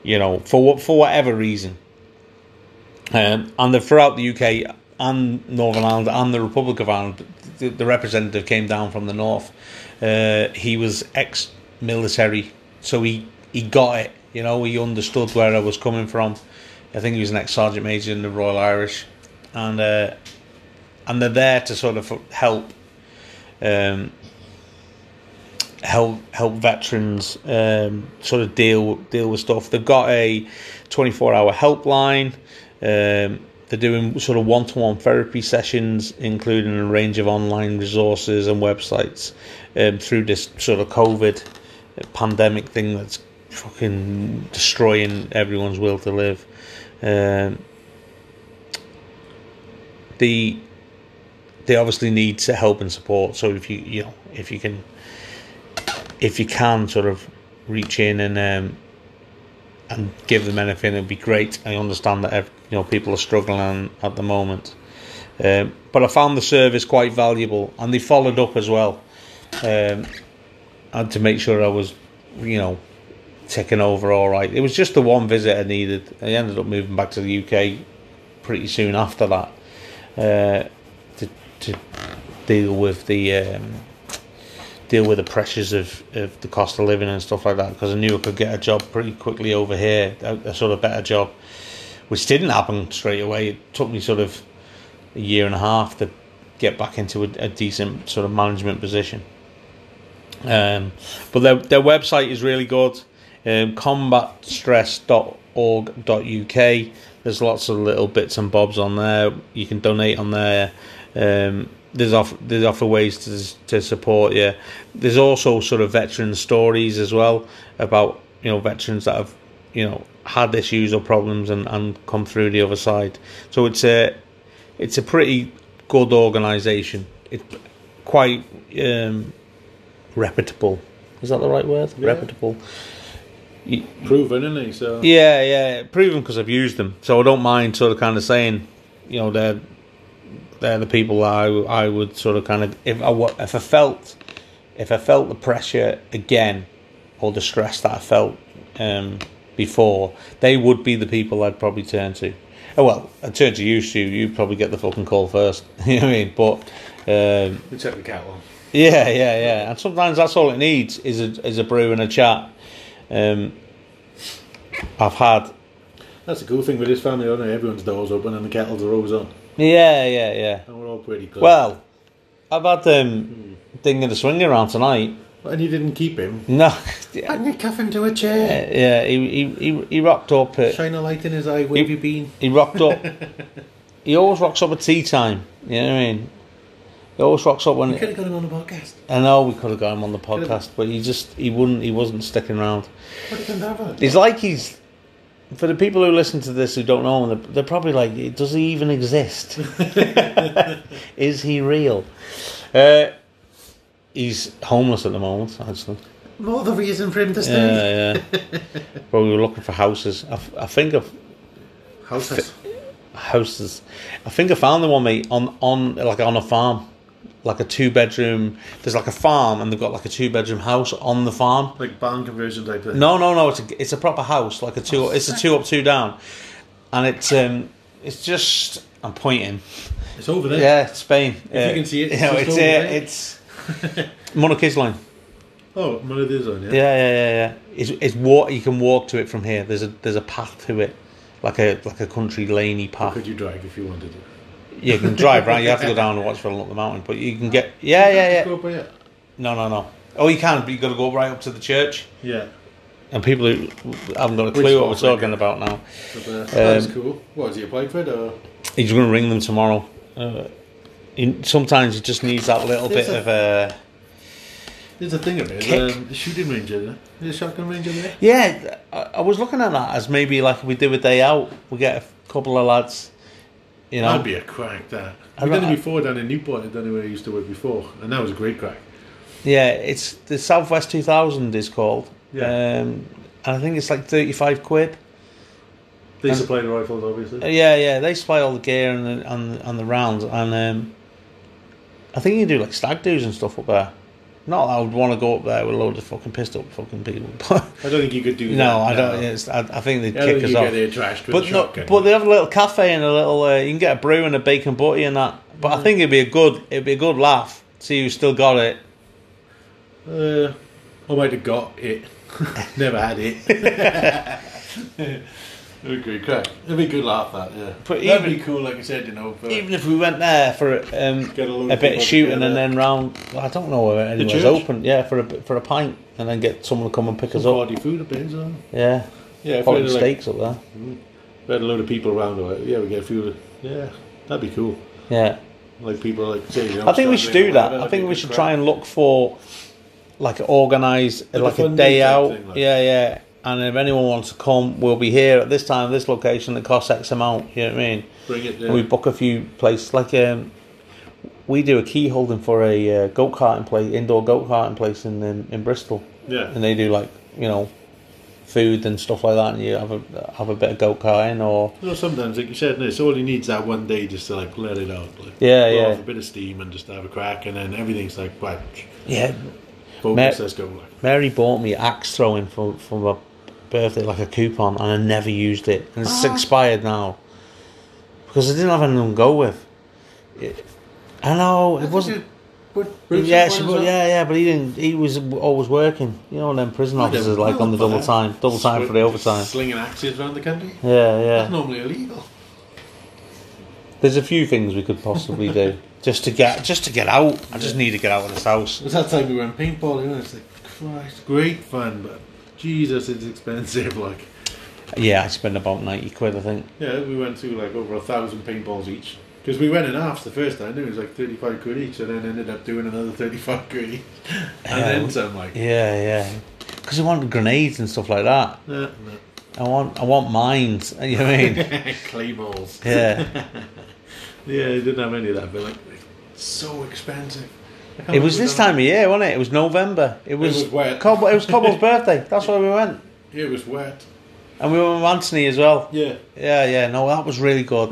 S1: you know, for what for whatever reason. Um, and the, throughout the UK and Northern Ireland and the Republic of Ireland, the, the representative came down from the north. Uh, he was ex-military, so he he got it. You know, he understood where I was coming from. I think he was an ex-sergeant major in the Royal Irish, and uh, and they're there to sort of help. Um, help help veterans um, sort of deal deal with stuff. They've got a 24 hour helpline. Um, they're doing sort of one to one therapy sessions, including a range of online resources and websites um, through this sort of COVID pandemic thing that's fucking destroying everyone's will to live. Um, the they obviously need to help and support. So if you you know if you can if you can sort of reach in and um, and give them anything, it'd be great. I understand that ev- you know people are struggling at the moment, um, but I found the service quite valuable, and they followed up as well, um, and to make sure I was, you know, taken over all right. It was just the one visit I needed. I ended up moving back to the UK pretty soon after that uh, to to deal with the. Um, deal with the pressures of, of the cost of living and stuff like that because I knew I could get a job pretty quickly over here, a, a sort of better job, which didn't happen straight away. It took me sort of a year and a half to get back into a, a decent sort of management position. Um, but their, their website is really good um, combatstress.org.uk. There's lots of little bits and bobs on there. You can donate on there. Um, there's off there's offer ways to to support you. There's also sort of veteran stories as well about you know veterans that have you know had issues or problems and, and come through the other side. So it's a it's a pretty good organisation. It's quite um, reputable. Is that the right word?
S2: Yeah.
S1: Reputable.
S2: Proven, isn't he? So.
S1: Yeah, yeah, proven because I've used them, so I don't mind sort of kind of saying, you know, they're they're the people I I would sort of kind of if I wa- if I felt if I felt the pressure again or the stress that I felt um, before, they would be the people I'd probably turn to. Oh well, I turn to you, Stu. You probably get the fucking call first. you know what I mean? But um,
S2: Except the cat one.
S1: yeah, yeah, yeah. And sometimes that's all it needs is a is a brew and a chat. Um, I've had
S2: That's the cool thing with this family, isn't it? Everyone's doors open and the kettles are always on.
S1: yeah, yeah, yeah.
S2: And we're all pretty good.
S1: Well, I've had um, thing of the swing around tonight.
S2: And you didn't keep him.
S1: No,
S2: And you cuff him to a chair.
S1: yeah, he he he, he rocked up. At,
S2: Shine a light in his eye, where have you been?
S1: He rocked up. he always rocks up at tea time. You know what I mean? He always rocks up when.
S2: You could have got him on the podcast.
S1: I know we could have got him on the podcast, but he just he wouldn't. He wasn't sticking around.
S2: What did have
S1: It's like he's. For the people who listen to this who don't know him, they're, they're probably like, "Does he even exist? Is he real?" Uh, he's homeless at the moment, actually.
S2: More the reason for him to stay.
S1: Yeah, yeah. but we were looking for houses. I, f- I think I've
S2: Houses.
S1: houses. I think I found the one mate on on like on a farm, like a two bedroom. There's like a farm, and they've got like a two bedroom house on the farm.
S2: Like barn conversion type thing.
S1: No, no, no. It's a, it's a proper house, like a two.
S2: Oh.
S1: it's a two up, two down, and it's um, it's just. I'm pointing.
S2: It's over there.
S1: Yeah, it's Spain.
S2: If you can see it, it's
S1: no,
S2: just
S1: it's
S2: over
S1: uh,
S2: there.
S1: it's Monarchy's line.
S2: Oh, one of these on, yeah?
S1: Yeah, yeah, yeah, yeah. It's it's walk. You can walk to it from here. There's a there's a path to it, like a like a country laney path.
S2: Could you drive if you wanted to?
S1: You can drive, right? You have to go down and watch for up the mountain, but you can get. Yeah, yeah,
S2: Go
S1: yeah.
S2: up here.
S1: No, no, no. Oh, you can, but you got to go right up to the church.
S2: Yeah.
S1: And people who haven't got a clue what we're
S2: one's like
S1: talking
S2: it?
S1: about now,
S2: But,
S1: Um,
S2: uh, that's cool. What, is he applied for it or?
S1: he's going to ring them tomorrow. Uh, he- sometimes he just needs that little
S2: There's
S1: bit of. Uh,
S2: There's a thing of it.
S1: Kick.
S2: Um, the shooting range, isn't it? There's a shotgun range in there.
S1: yeah, I, I was looking at that as maybe like we do a day out, we get a couple of lads, you know.
S2: That'd be a crack, that.
S1: I
S2: We've done
S1: ra-
S2: it before down in Newport, I've done it where I used to work before, and that was a great crack.
S1: Yeah, it's the Southwest 2000 is called.
S2: Yeah.
S1: Um, and I think it's like 35 quid.
S2: They
S1: And-
S2: supply the rifles, obviously.
S1: Uh, Yeah, yeah, they supply all the gear and the, and, the- and the rounds, and um, I think you do like stag do's and stuff up there. Not that I would want to go up there with a load of fucking pissed up fucking people, but
S2: I don't think you could do that.
S1: no, I don't. It's, I, I think they'd
S2: I don't
S1: kick
S2: think
S1: us
S2: you
S1: off.
S2: get it trashed with a
S1: But no,
S2: shotgun.
S1: but they have a little cafe and a little. Uh, you can get a brew and a bacon butty and that. But
S2: Mm.
S1: I think it'd be a good, it'd be a good laugh. See who's still got it.
S2: Uh, I might have got it. Never had it. It'd be great crack. It'd be a good laugh, that, yeah.
S1: But
S2: That'd
S1: even-
S2: be cool, like I said, you know. For,
S1: Even if we went there for um,
S2: Get a load
S1: a
S2: of
S1: bit of
S2: people
S1: shooting
S2: together.
S1: and then round, I don't know where anywhere's
S2: church?
S1: open. Yeah, for a bit- for a pint and then get someone to come and pick us up.
S2: Party food, up there, so.
S1: Yeah.
S2: Yeah, if we
S1: Potted
S2: had, like,
S1: steaks up there.
S2: we had a load of people around, or, yeah, we get a few. Yeah, that'd be cool.
S1: Yeah.
S2: Like people, like say, you know,
S1: I think we should do
S2: struggling or
S1: that.
S2: whatever,
S1: I
S2: "Oh, that'd be
S1: think we
S2: good
S1: should
S2: crack.
S1: try and look for like organise
S2: Like a
S1: like a
S2: fun
S1: day
S2: day type
S1: out.
S2: thing, like.
S1: Yeah, yeah. And if anyone wants to come, we'll be here at this time, this location that costs X amount. You know what I mean?
S2: bring it.
S1: And we
S2: Yeah.
S1: book a few places. Like um, we do a key holding for a uh, goat karting place, indoor goat karting place in, in in Bristol,
S2: yeah.
S1: and they do like you know food and stuff like that, and you have a have a bit of goat karting or
S2: You know, sometimes, like you said, no, it's all he needs that one day just to like let it out, like
S1: Yeah,
S2: blow
S1: yeah.
S2: off a bit of steam and just have a crack, and then everything's like right,
S1: yeah,
S2: focus,
S1: Ma-
S2: let's go. Like,
S1: Mary bought me axe throwing for for my birthday, like a coupon, and I never used it, and it's expired now because I didn't have anything to go with. It- I know it wasn't. Yeah, she, but, yeah, yeah, but he didn't. He was always working. You know, and then prison
S2: Well,
S1: officers
S2: they're
S1: like on the
S2: well,
S1: double
S2: they're-
S1: time, double time for the overtime.
S2: Slinging axes around the country.
S1: Yeah, yeah.
S2: That's normally illegal.
S1: There's a few things we could possibly do just to get just to get out. I just need to get out of this house.
S2: It was that time we went paintballing, and it's like, Christ, great fun, but Jesus, it's expensive. Like,
S1: Yeah, I spent about ninety quid, I think.
S2: yeah, we went through like over a thousand paintballs each. Because we went in halves the first time, it was like 35 quid each, and then ended up doing another 35 quid each. And
S1: Yeah.
S2: then some, like, yeah,
S1: Yeah, yeah. Because I wanted grenades and stuff like that.
S2: no.
S1: I want I want mines. You know what I mean?
S2: clay balls.
S1: yeah.
S2: Yeah, they didn't have any of that, but like, it's so expensive. I can't
S1: It was
S2: believe
S1: this
S2: we done
S1: time of year, wasn't it? It was November. It was
S2: was wet.
S1: Cob- it was Cobble's birthday. That's where we went,
S2: that. It was wet.
S1: and we went with Anthony as well.
S2: Yeah.
S1: Yeah, yeah. No, that was really good.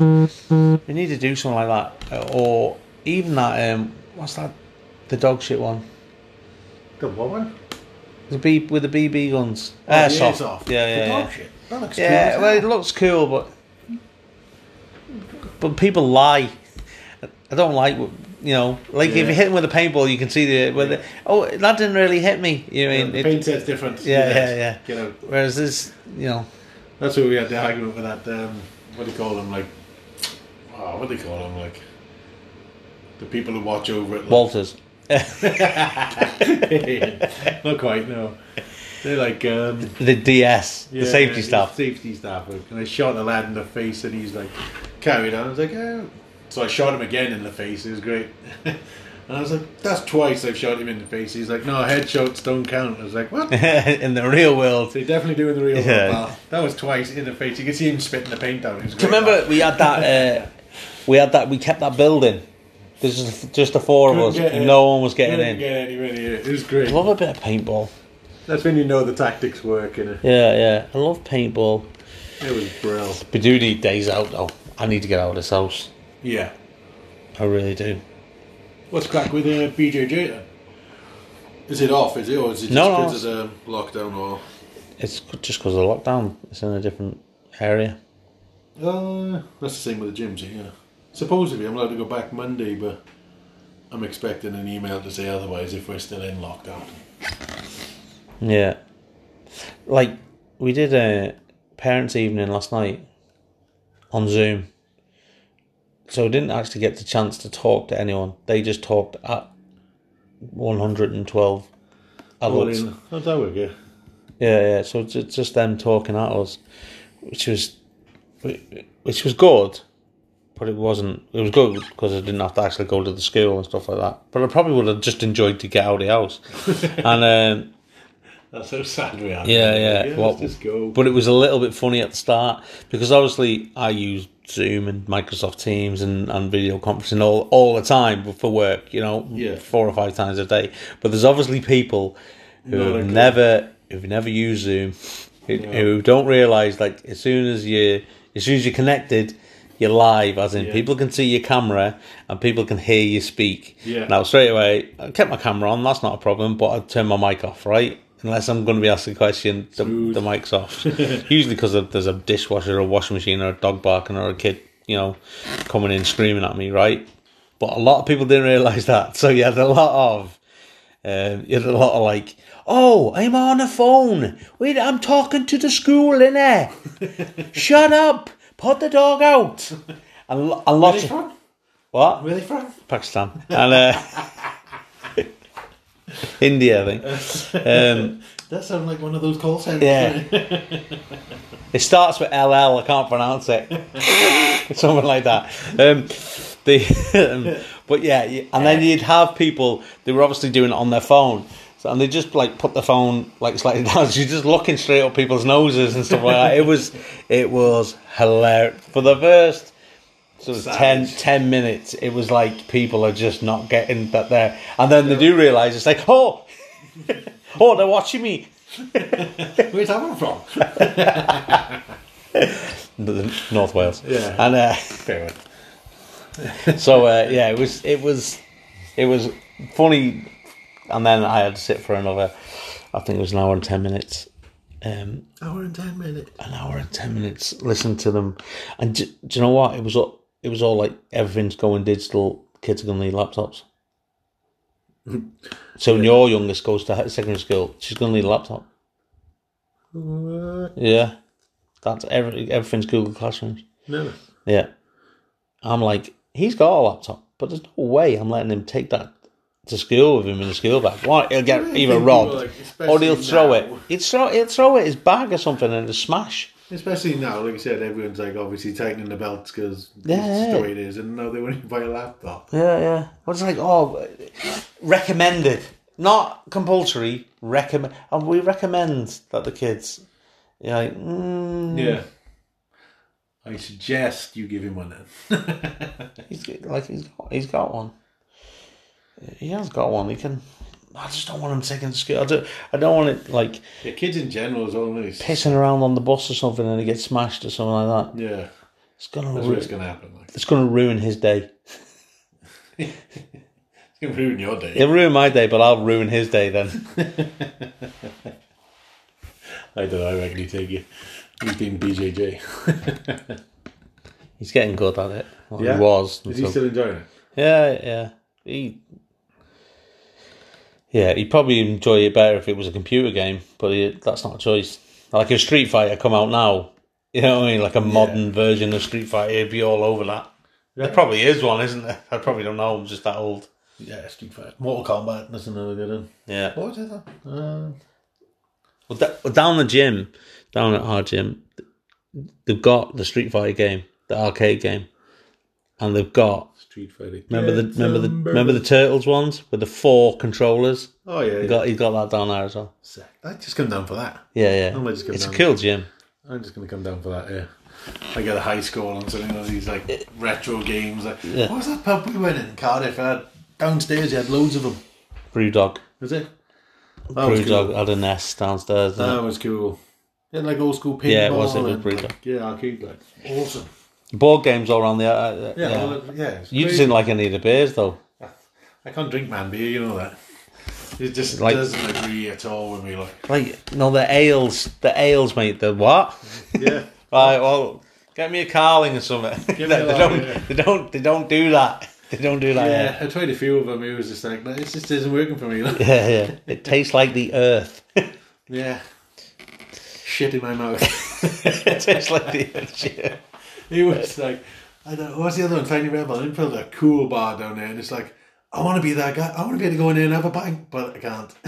S1: We need to do something like that, or even that. Um, what's that? The dog shit one.
S2: The what one?
S1: The B with the BB guns.
S2: Oh, the
S1: Oh, Airsoft.
S2: airsoft.
S1: Yeah,
S2: The
S1: yeah,
S2: dog
S1: yeah.
S2: shit. That looks
S1: Yeah,
S2: cool.
S1: well,
S2: as
S1: it
S2: hell.
S1: looks cool, but but people lie. I don't like you know, like if
S2: Yeah.
S1: you hit him with a paintball, you can see the, where the oh that didn't really hit me. You know, what I mean,
S2: the
S1: It-
S2: paint set's different.
S1: Yeah,
S2: Yes.
S1: yeah, yeah.
S2: Get out.
S1: whereas this, you know,
S2: That's where we had the argument with that. Um, what do you call them? Like, oh, what do they call them? Like, the people who watch over it. Like,
S1: Walters.
S2: Not quite. No, they're like um,
S1: The DS,
S2: yeah,
S1: the safety
S2: yeah,
S1: staff.
S2: Safety staff. And I shot the lad in the face, and he's like, carried on. I was like, oh. So I shot him again in the face. It was great. and I was like, that's twice I've shot him in the face. He's like, no, headshots don't count. I was like, what?
S1: in the real world.
S2: They definitely do in the real world.
S1: Yeah.
S2: pal. That was twice in the face. You could see him spitting the paint out. It was
S1: Do you
S2: great.
S1: remember we had that? Uh, we had that. We kept that building. This is just the four of us.
S2: Couldn't get in.
S1: No one was getting
S2: Couldn't
S1: in.
S2: Get anywhere near it. It was great.
S1: I love a bit of paintball.
S2: That's when you know the tactics work, and it,
S1: Yeah, yeah. I love paintball.
S2: it was brilliant.
S1: But do need days out though. I need to get out of this house.
S2: Yeah.
S1: I really do.
S2: What's crack with uh, BJJ? Then? Is it off? Is it or is it just
S1: No, no,
S2: because of the lockdown or?
S1: It's just because of the lockdown. It's in a different area.
S2: Uh, that's the same with the gyms. Yeah. Supposedly, I'm allowed to go back Monday, but I'm expecting an email to say otherwise if we're still in lockdown.
S1: Yeah. Like we did a parents' evening last night on Zoom. So we didn't actually get the chance to talk to anyone. They just talked at one hundred and twelve adults.
S2: How's that work? Yeah.
S1: Yeah, yeah. So it's it's just them talking at us, which was, which was good, but it wasn't. It was good because I didn't have to actually go to the school and stuff like that. But I probably would have just enjoyed to get out of the house, and um,
S2: That's how sad we are.
S1: yeah, yeah. well,
S2: let's just go.
S1: But it was a little bit funny at the start because obviously I use Zoom and Microsoft Teams and, and video conferencing all, all the time for work, you know,
S2: Yeah.
S1: four or five times a day. But there's obviously people who
S2: Not
S1: have
S2: okay.
S1: never who've never used Zoom who, who don't realise like as soon as you as soon as you're connected you're live, as in
S2: Yeah.
S1: people can see your camera and people can hear you speak.
S2: Yeah.
S1: Now straight away, I kept my camera on. That's not a problem, but I turn my mic off, right? Unless I'm going to be asked a question, the, the mic's off. Usually because there's a dishwasher, or a washing machine, or a dog barking, or a kid, you know, coming in screaming at me, right? But a lot of people didn't realise that, so you had a lot of, um, you had a lot of like, oh, I'm on the phone. Wait, I'm talking to the school in there. Shut up! Put the dog out. And, lo- and
S2: Where
S1: lots
S2: they
S1: of
S2: from?
S1: what?
S2: Where they from?
S1: Pakistan and uh, India, I think. Um,
S2: That sounds like one of those call centers.
S1: yeah, it starts with LL. I can't pronounce it. Something like that. Um, the um, but yeah, you- and then you'd have people. They were obviously doing it on their phone. So, and they just like put the phone like slightly down. So you're just looking straight up people's noses and stuff like that. It was it was hilarious for the first sort of 10,
S2: Savage.
S1: 10 minutes. It was like people are just not getting that there, and then they do realise it's like oh oh they're watching me.
S2: Where's that one from?
S1: North Wales.
S2: Yeah.
S1: And uh,
S2: Fair enough.
S1: so uh, yeah, it was it was it was funny, and then I had to sit for another. I think it was an hour and ten minutes. Um,
S2: Hour and ten minutes.
S1: an hour and ten minutes. Listen to them, and do, do you know what? It was all it was all like everything's going digital. Kids are gonna need laptops. So when your youngest goes to he- secondary school, she's gonna need a laptop.
S2: What?
S1: Yeah, that's every everything's Google Classrooms.
S2: No.
S1: Yeah. I'm like, he's got a laptop, but there's no way I'm letting him take that to school with him in the school bag. Why? He'll get
S2: Yeah, I
S1: either
S2: think
S1: robbed
S2: people, like,
S1: or he'll
S2: especially
S1: throw
S2: now.
S1: it. He'd throw, he'll throw it his bag or something and it'll smash.
S2: Especially now, like you said, everyone's like obviously tightening the belts because
S1: Yeah,
S2: that's
S1: yeah.
S2: the way it is, and now they won't even buy a laptop.
S1: Yeah, yeah. What's like, oh, recommended. Not compulsory, recommend. And we recommend that the kids. You're like, mm,
S2: Yeah. I suggest you give him one then.
S1: He's g- like he's got he's got one. He has got one. He can. I just don't want him taking to school. I don't. I don't want it like
S2: yeah, kids in general is always
S1: pissing around on the bus or something and he gets smashed or something like that.
S2: Yeah,
S1: It's gonna
S2: that's
S1: ru-
S2: what's gonna happen. Like,
S1: it's gonna ruin his day.
S2: it's gonna ruin your day.
S1: It'll ruin my day, but I'll ruin his day then.
S2: I don't know. I reckon you take it. He's been BJJ.
S1: He's getting good at it. Well,
S2: Yeah?
S1: He was.
S2: Is
S1: until-
S2: he still enjoying it?
S1: yeah, yeah. he, yeah, he'd probably enjoy it better if it was a computer game, but he, that's not a choice. Like if Street Fighter come out now, you know what I mean? Like a modern version of Street Fighter, it'd be all over that. There probably is one, isn't there? I probably don't know. I'm just that old.
S2: Yeah, Street Fighter. Mortal Kombat, that's another good one.
S1: Yeah.
S2: What was that? Uh,
S1: Well, da- well, down the gym, down at our gym, they've got the Street Fighter game, the arcade game, and they've got
S2: Street Fighter.
S1: remember the
S2: Get
S1: remember the
S2: some
S1: remember the Turtles ones with the four controllers.
S2: Oh, yeah.
S1: He
S2: yeah.
S1: got he got that down there as well.
S2: Sick. I just come down for that.
S1: Yeah,
S2: I'm
S1: yeah.
S2: just gonna
S1: It's a
S2: down.
S1: cool gym.
S2: I'm just going to come down for that, yeah. I get a high score on something of these like retro games. Like, What was that pub we went in Cardiff? Uh, downstairs, you had loads of them.
S1: Brewdog,
S2: Was it? That was
S1: Brewdog
S2: cool. Uh,
S1: had a nest downstairs. didn't
S2: That was cool. Yeah, like old school paintball.
S1: Yeah, it was, it was
S2: and,
S1: brutal.
S2: Like, yeah, arcade like awesome.
S1: it? Board games all around the. Uh, uh,
S2: Yeah,
S1: yeah.
S2: yeah. Well, yeah it's
S1: you
S2: great.
S1: just didn't like any of the beers though.
S2: I can't drink man beer, you know that. It just
S1: Like-
S2: doesn't agree at all with me. Like,
S1: Like no, the ales, the ales, mate. The what?
S2: yeah,
S1: Right, well, get me a carling or something.
S2: Give me
S1: they,
S2: a
S1: don't,
S2: lager, yeah.
S1: they don't, they don't do that. They don't do
S2: yeah.
S1: that.
S2: I tried a few of them. It was just like, it just isn't working for me. Like,
S1: Yeah, yeah. It tastes like the earth.
S2: yeah, shit in my mouth.
S1: it tastes like the earth. Yeah.
S2: It was like, I don't what's the other one? Tiny Rebel. In front of that cool bar down there, and it's like, I want to be that guy. I want to be able to go in there and have a bang, but I can't.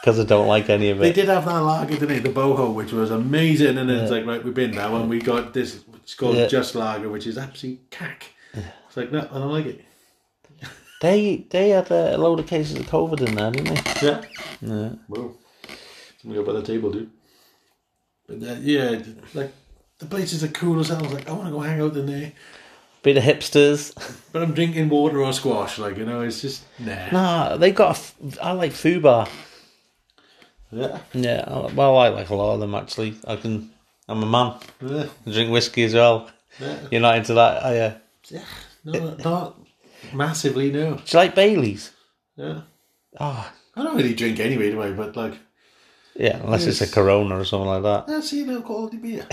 S1: Because I don't like any of
S2: They
S1: it.
S2: did have that lager, didn't they? The boho, which was amazing. And then it's like, right, we've been now, and we got this. It's called
S1: Yeah.
S2: Just Lager, which is absolute cack. It's like, no, I don't like it.
S1: They they had a load of cases of COVID in there, didn't they?
S2: Yeah.
S1: Yeah.
S2: Well, I'm gonna go by the table, dude. But uh, yeah, like the places are cool as hell. I was like, I want to go hang out in there,
S1: Bit of hipsters.
S2: but I'm drinking water or squash. Like, you know, it's just nah.
S1: Nah, they got. A f- I like foo bar.
S2: Yeah.
S1: Yeah. I- Well, I like a lot of them actually. I can. I'm a man.
S2: Yeah.
S1: I drink whiskey as well.
S2: yeah.
S1: You're not into that, are you?
S2: Yeah, no, not massively, no.
S1: Do you like Bailey's?
S2: Yeah.
S1: Ah,
S2: I don't really drink anyway, do I? But like,
S1: yeah. Unless it's a
S2: Yes.
S1: Corona or something like that.
S2: that's you know quality beer.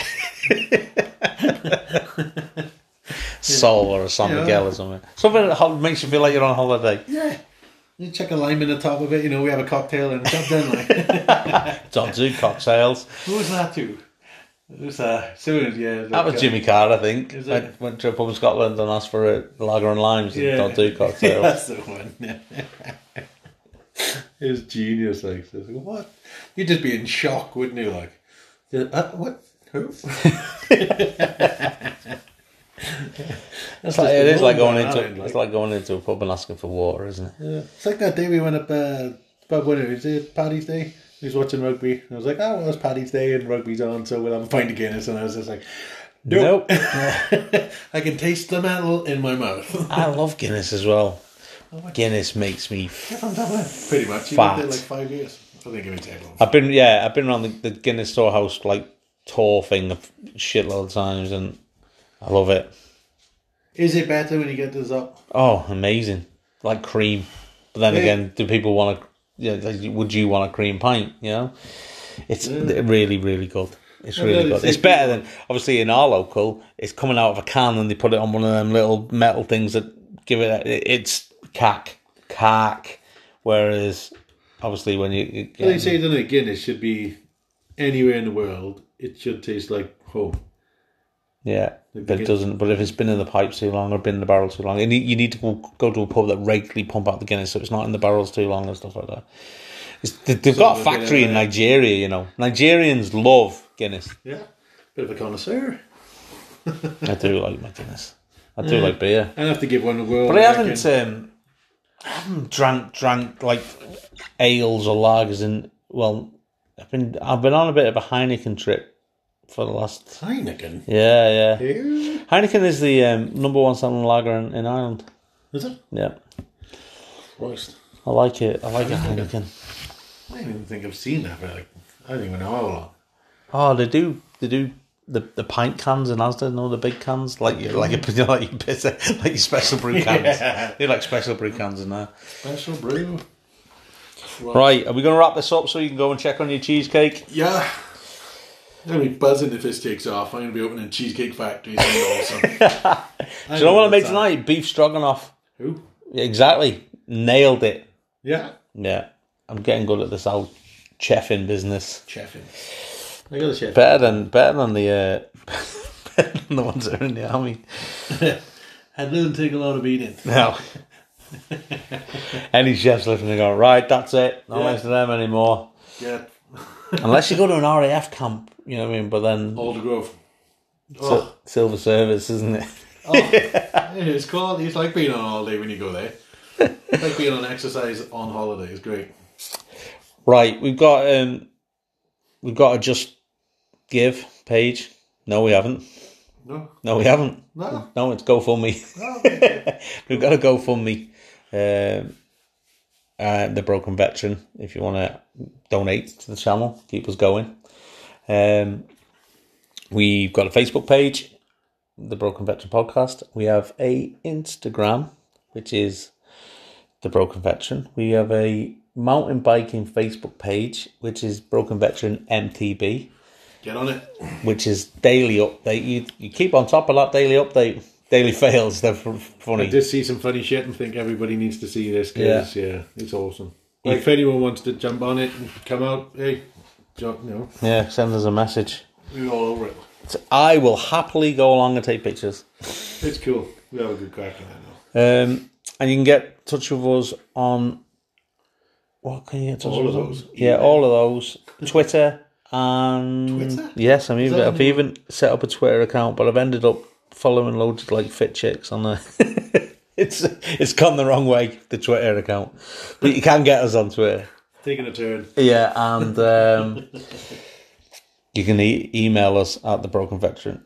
S1: Sol or a San
S2: Yeah.
S1: Miguel or something. Something that hol- makes you feel like you're on holiday.
S2: yeah. You chuck a lime in the top of it, you know, we have a cocktail and it's done like.
S1: Don't do cocktails.
S2: Who was that to? Who's that? Soon, yeah. like,
S1: That was
S2: uh,
S1: Jimmy Carr, I think.
S2: Is
S1: I
S2: it?
S1: went to a pub in Scotland and asked for a lager and limes and
S2: Yeah.
S1: don't do cocktails.
S2: That's the one. yeah. it was genius, like, so it's like, what? You'd just be in shock, wouldn't you? Like, yeah, uh, what? Who?
S1: It's like, it is like going into
S2: Ireland,
S1: it's like going into a pub and asking for water, isn't it?
S2: Yeah. It's like that day we went up uh Bob Winter, is it Paddy's Day? He was watching rugby. And I was like, oh, well, it's Paddy's Day and rugby's on, so we'll have a pint of Guinness. And I was just like, nope. I can taste the metal in my mouth. Oh,
S1: I love Guinness as well. Guinness makes me. F-
S2: Pretty much. He
S1: Fat.
S2: did like five years. I think it makes everyone.
S1: I've been yeah, I've been around the, the Guinness storehouse like tour thing a shitload of times and I love it.
S2: Is it better when you get this up?
S1: Oh, amazing! Like cream. But then
S2: Yeah.
S1: again, do people want to? Yeah, like, would you want a cream pint? You know, it's really, really good. It's
S2: know
S1: really
S2: they
S1: good.
S2: say
S1: It's better than obviously in our local. It's coming out of a can and they put it on one of them little metal things that give it. a- it- It's cack, cack. Whereas, obviously, when you, you
S2: Well, They
S1: get-
S2: say, don't they, Guinness should be anywhere in the world. It should taste like home.
S1: yeah, but it
S2: get-
S1: doesn't. But if it's been in the pipes too long or been in the barrels too long, and you- you need to go- go to a pub that regularly pump out the Guinness, so it's not in the barrels too long and stuff like that. It's, they- they've got a
S2: we'll get
S1: factory
S2: it,
S1: in
S2: yeah.
S1: Nigeria, you know. Nigerians love Guinness.
S2: Yeah. Bit of a connoisseur.
S1: I do like my Guinness. I do like beer.
S2: I'd have to give one a whirl.
S1: But I
S2: reckon.
S1: haven't, um, I haven't drank drank like ales or lagers in. Well, I've been I've been on a bit of a Heineken trip for the last.
S2: Heineken.
S1: Yeah, yeah.
S2: Is
S1: Heineken is the um, number one selling lager in, in Ireland.
S2: it?
S1: Yeah,
S2: Christ.
S1: I like it. I like a Heineken.
S2: I don't even think I've seen that, but like, I don't even know how long.
S1: Oh, they do. They do. The, the pint cans in Asda, no, the big cans like your like your like your, piss- like your special brew cans.
S2: Yeah.
S1: They like special brew cans in there.
S2: Special brew.
S1: Right, are we going to wrap this up so you can go and check on your cheesecake?
S2: Yeah. I'm gonna be buzzing if this takes off. I'm gonna be opening cheesecake factories. Awesome.
S1: Do you know what I made tonight? Beef stroganoff.
S2: Who?
S1: Exactly. nailed it.
S2: Yeah.
S1: Yeah, I'm getting good at this whole chefing business.
S2: Chefing. I got a chef.
S1: Better than better than the uh, better than the ones that are in the army.
S2: It doesn't take a lot of eating.
S1: No. Any chefs listening going, right, that's it. No
S2: Yeah.
S1: listen to them anymore.
S2: Yeah.
S1: Unless you go to an RAF camp, you know what I mean? But then
S2: Old Grove. Oh.
S1: sil- silver service, isn't it?
S2: It's called. It's like being on holiday when you go there. It's like being on exercise on holiday. It's great.
S1: Right, we've got um we've got a just give page. No we haven't.
S2: No,
S1: No we haven't.
S2: no,
S1: No, it's GoFundMe.
S2: no.
S1: we've got a GoFundMe. Um uh, the broken veteran, if you want to donate to the channel, keep us going. Um, we've got a Facebook page, the Broken Veteran Podcast. We have a Instagram, which is the Broken Veteran. We have a mountain biking Facebook page, which is Broken Veteran MTB,
S2: Get on it.
S1: which is daily update. You you keep on top of that daily update, daily fails. They're f- funny.
S2: I did see some funny shit and think everybody needs to see this because yeah. it's awesome. Like if anyone wants to jump on it and come out, hey, jump, you know,
S1: Yeah, send us a message.
S2: we're all over it.
S1: I will happily go along and take pictures.
S2: It's cool. We have a good crack on that now.
S1: Um, and you can get in touch with us on what can you get in touch
S2: All
S1: with
S2: of
S1: us?
S2: those.
S1: Yeah, all of those. Twitter and
S2: Twitter?
S1: Yes, I'm even
S2: that
S1: I've
S2: the new
S1: even set up a Twitter account, but I've ended up following loads of like fit chicks on there. it's it's gone the wrong way, the Twitter account. But you can get us on Twitter.
S2: Taking a turn.
S1: Yeah, and um, you can e- email us at the broken veteran.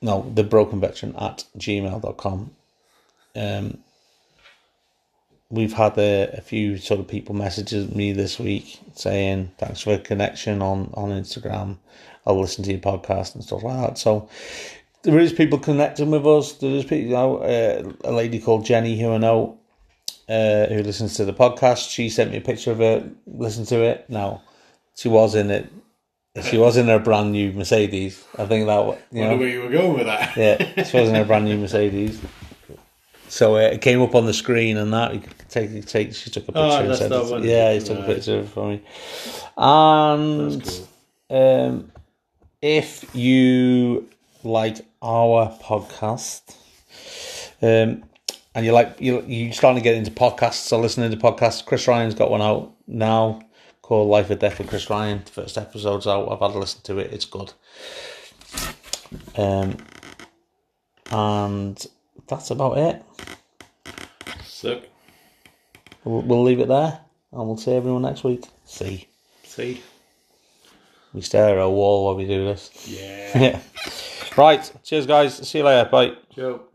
S1: No, the broken veteran at gmail.com. Um, we've had a, a few sort of people messages me this week saying thanks for the connection on, on Instagram. I'll listen to your podcast and stuff like that. So there is people connecting with us. There is people. You know, uh, a lady called Jenny who I know uh, who listens to the podcast, she sent me a picture of her. Listen to it now. She was in it. She was in her brand new Mercedes. I think that wa- you
S2: Wonder
S1: know,
S2: where you were going with that.
S1: yeah, she was in her brand new Mercedes. So uh, it came up on the screen, and that you could take, you take. She took a picture.
S2: Oh,
S1: and
S2: that's
S1: sent
S2: that
S1: it to-
S2: one.
S1: Yeah, she took a
S2: Right.
S1: picture of it for me. And
S2: That's cool.
S1: um, if you like our podcast, um, and you like you you starting to get into podcasts or listening to podcasts, Chris Ryan's got one out now called "Life or Death with Chris Ryan." First episode's out. I've had a listen to it. It's good. Um, and that's about it.
S2: Suck.
S1: We'll, we'll leave it there, and we'll see everyone next week. See,
S2: See?
S1: we stare at a wall while we do this.
S2: Yeah.
S1: Yeah. Right. Cheers, guys. See you later. Bye.
S2: Joe.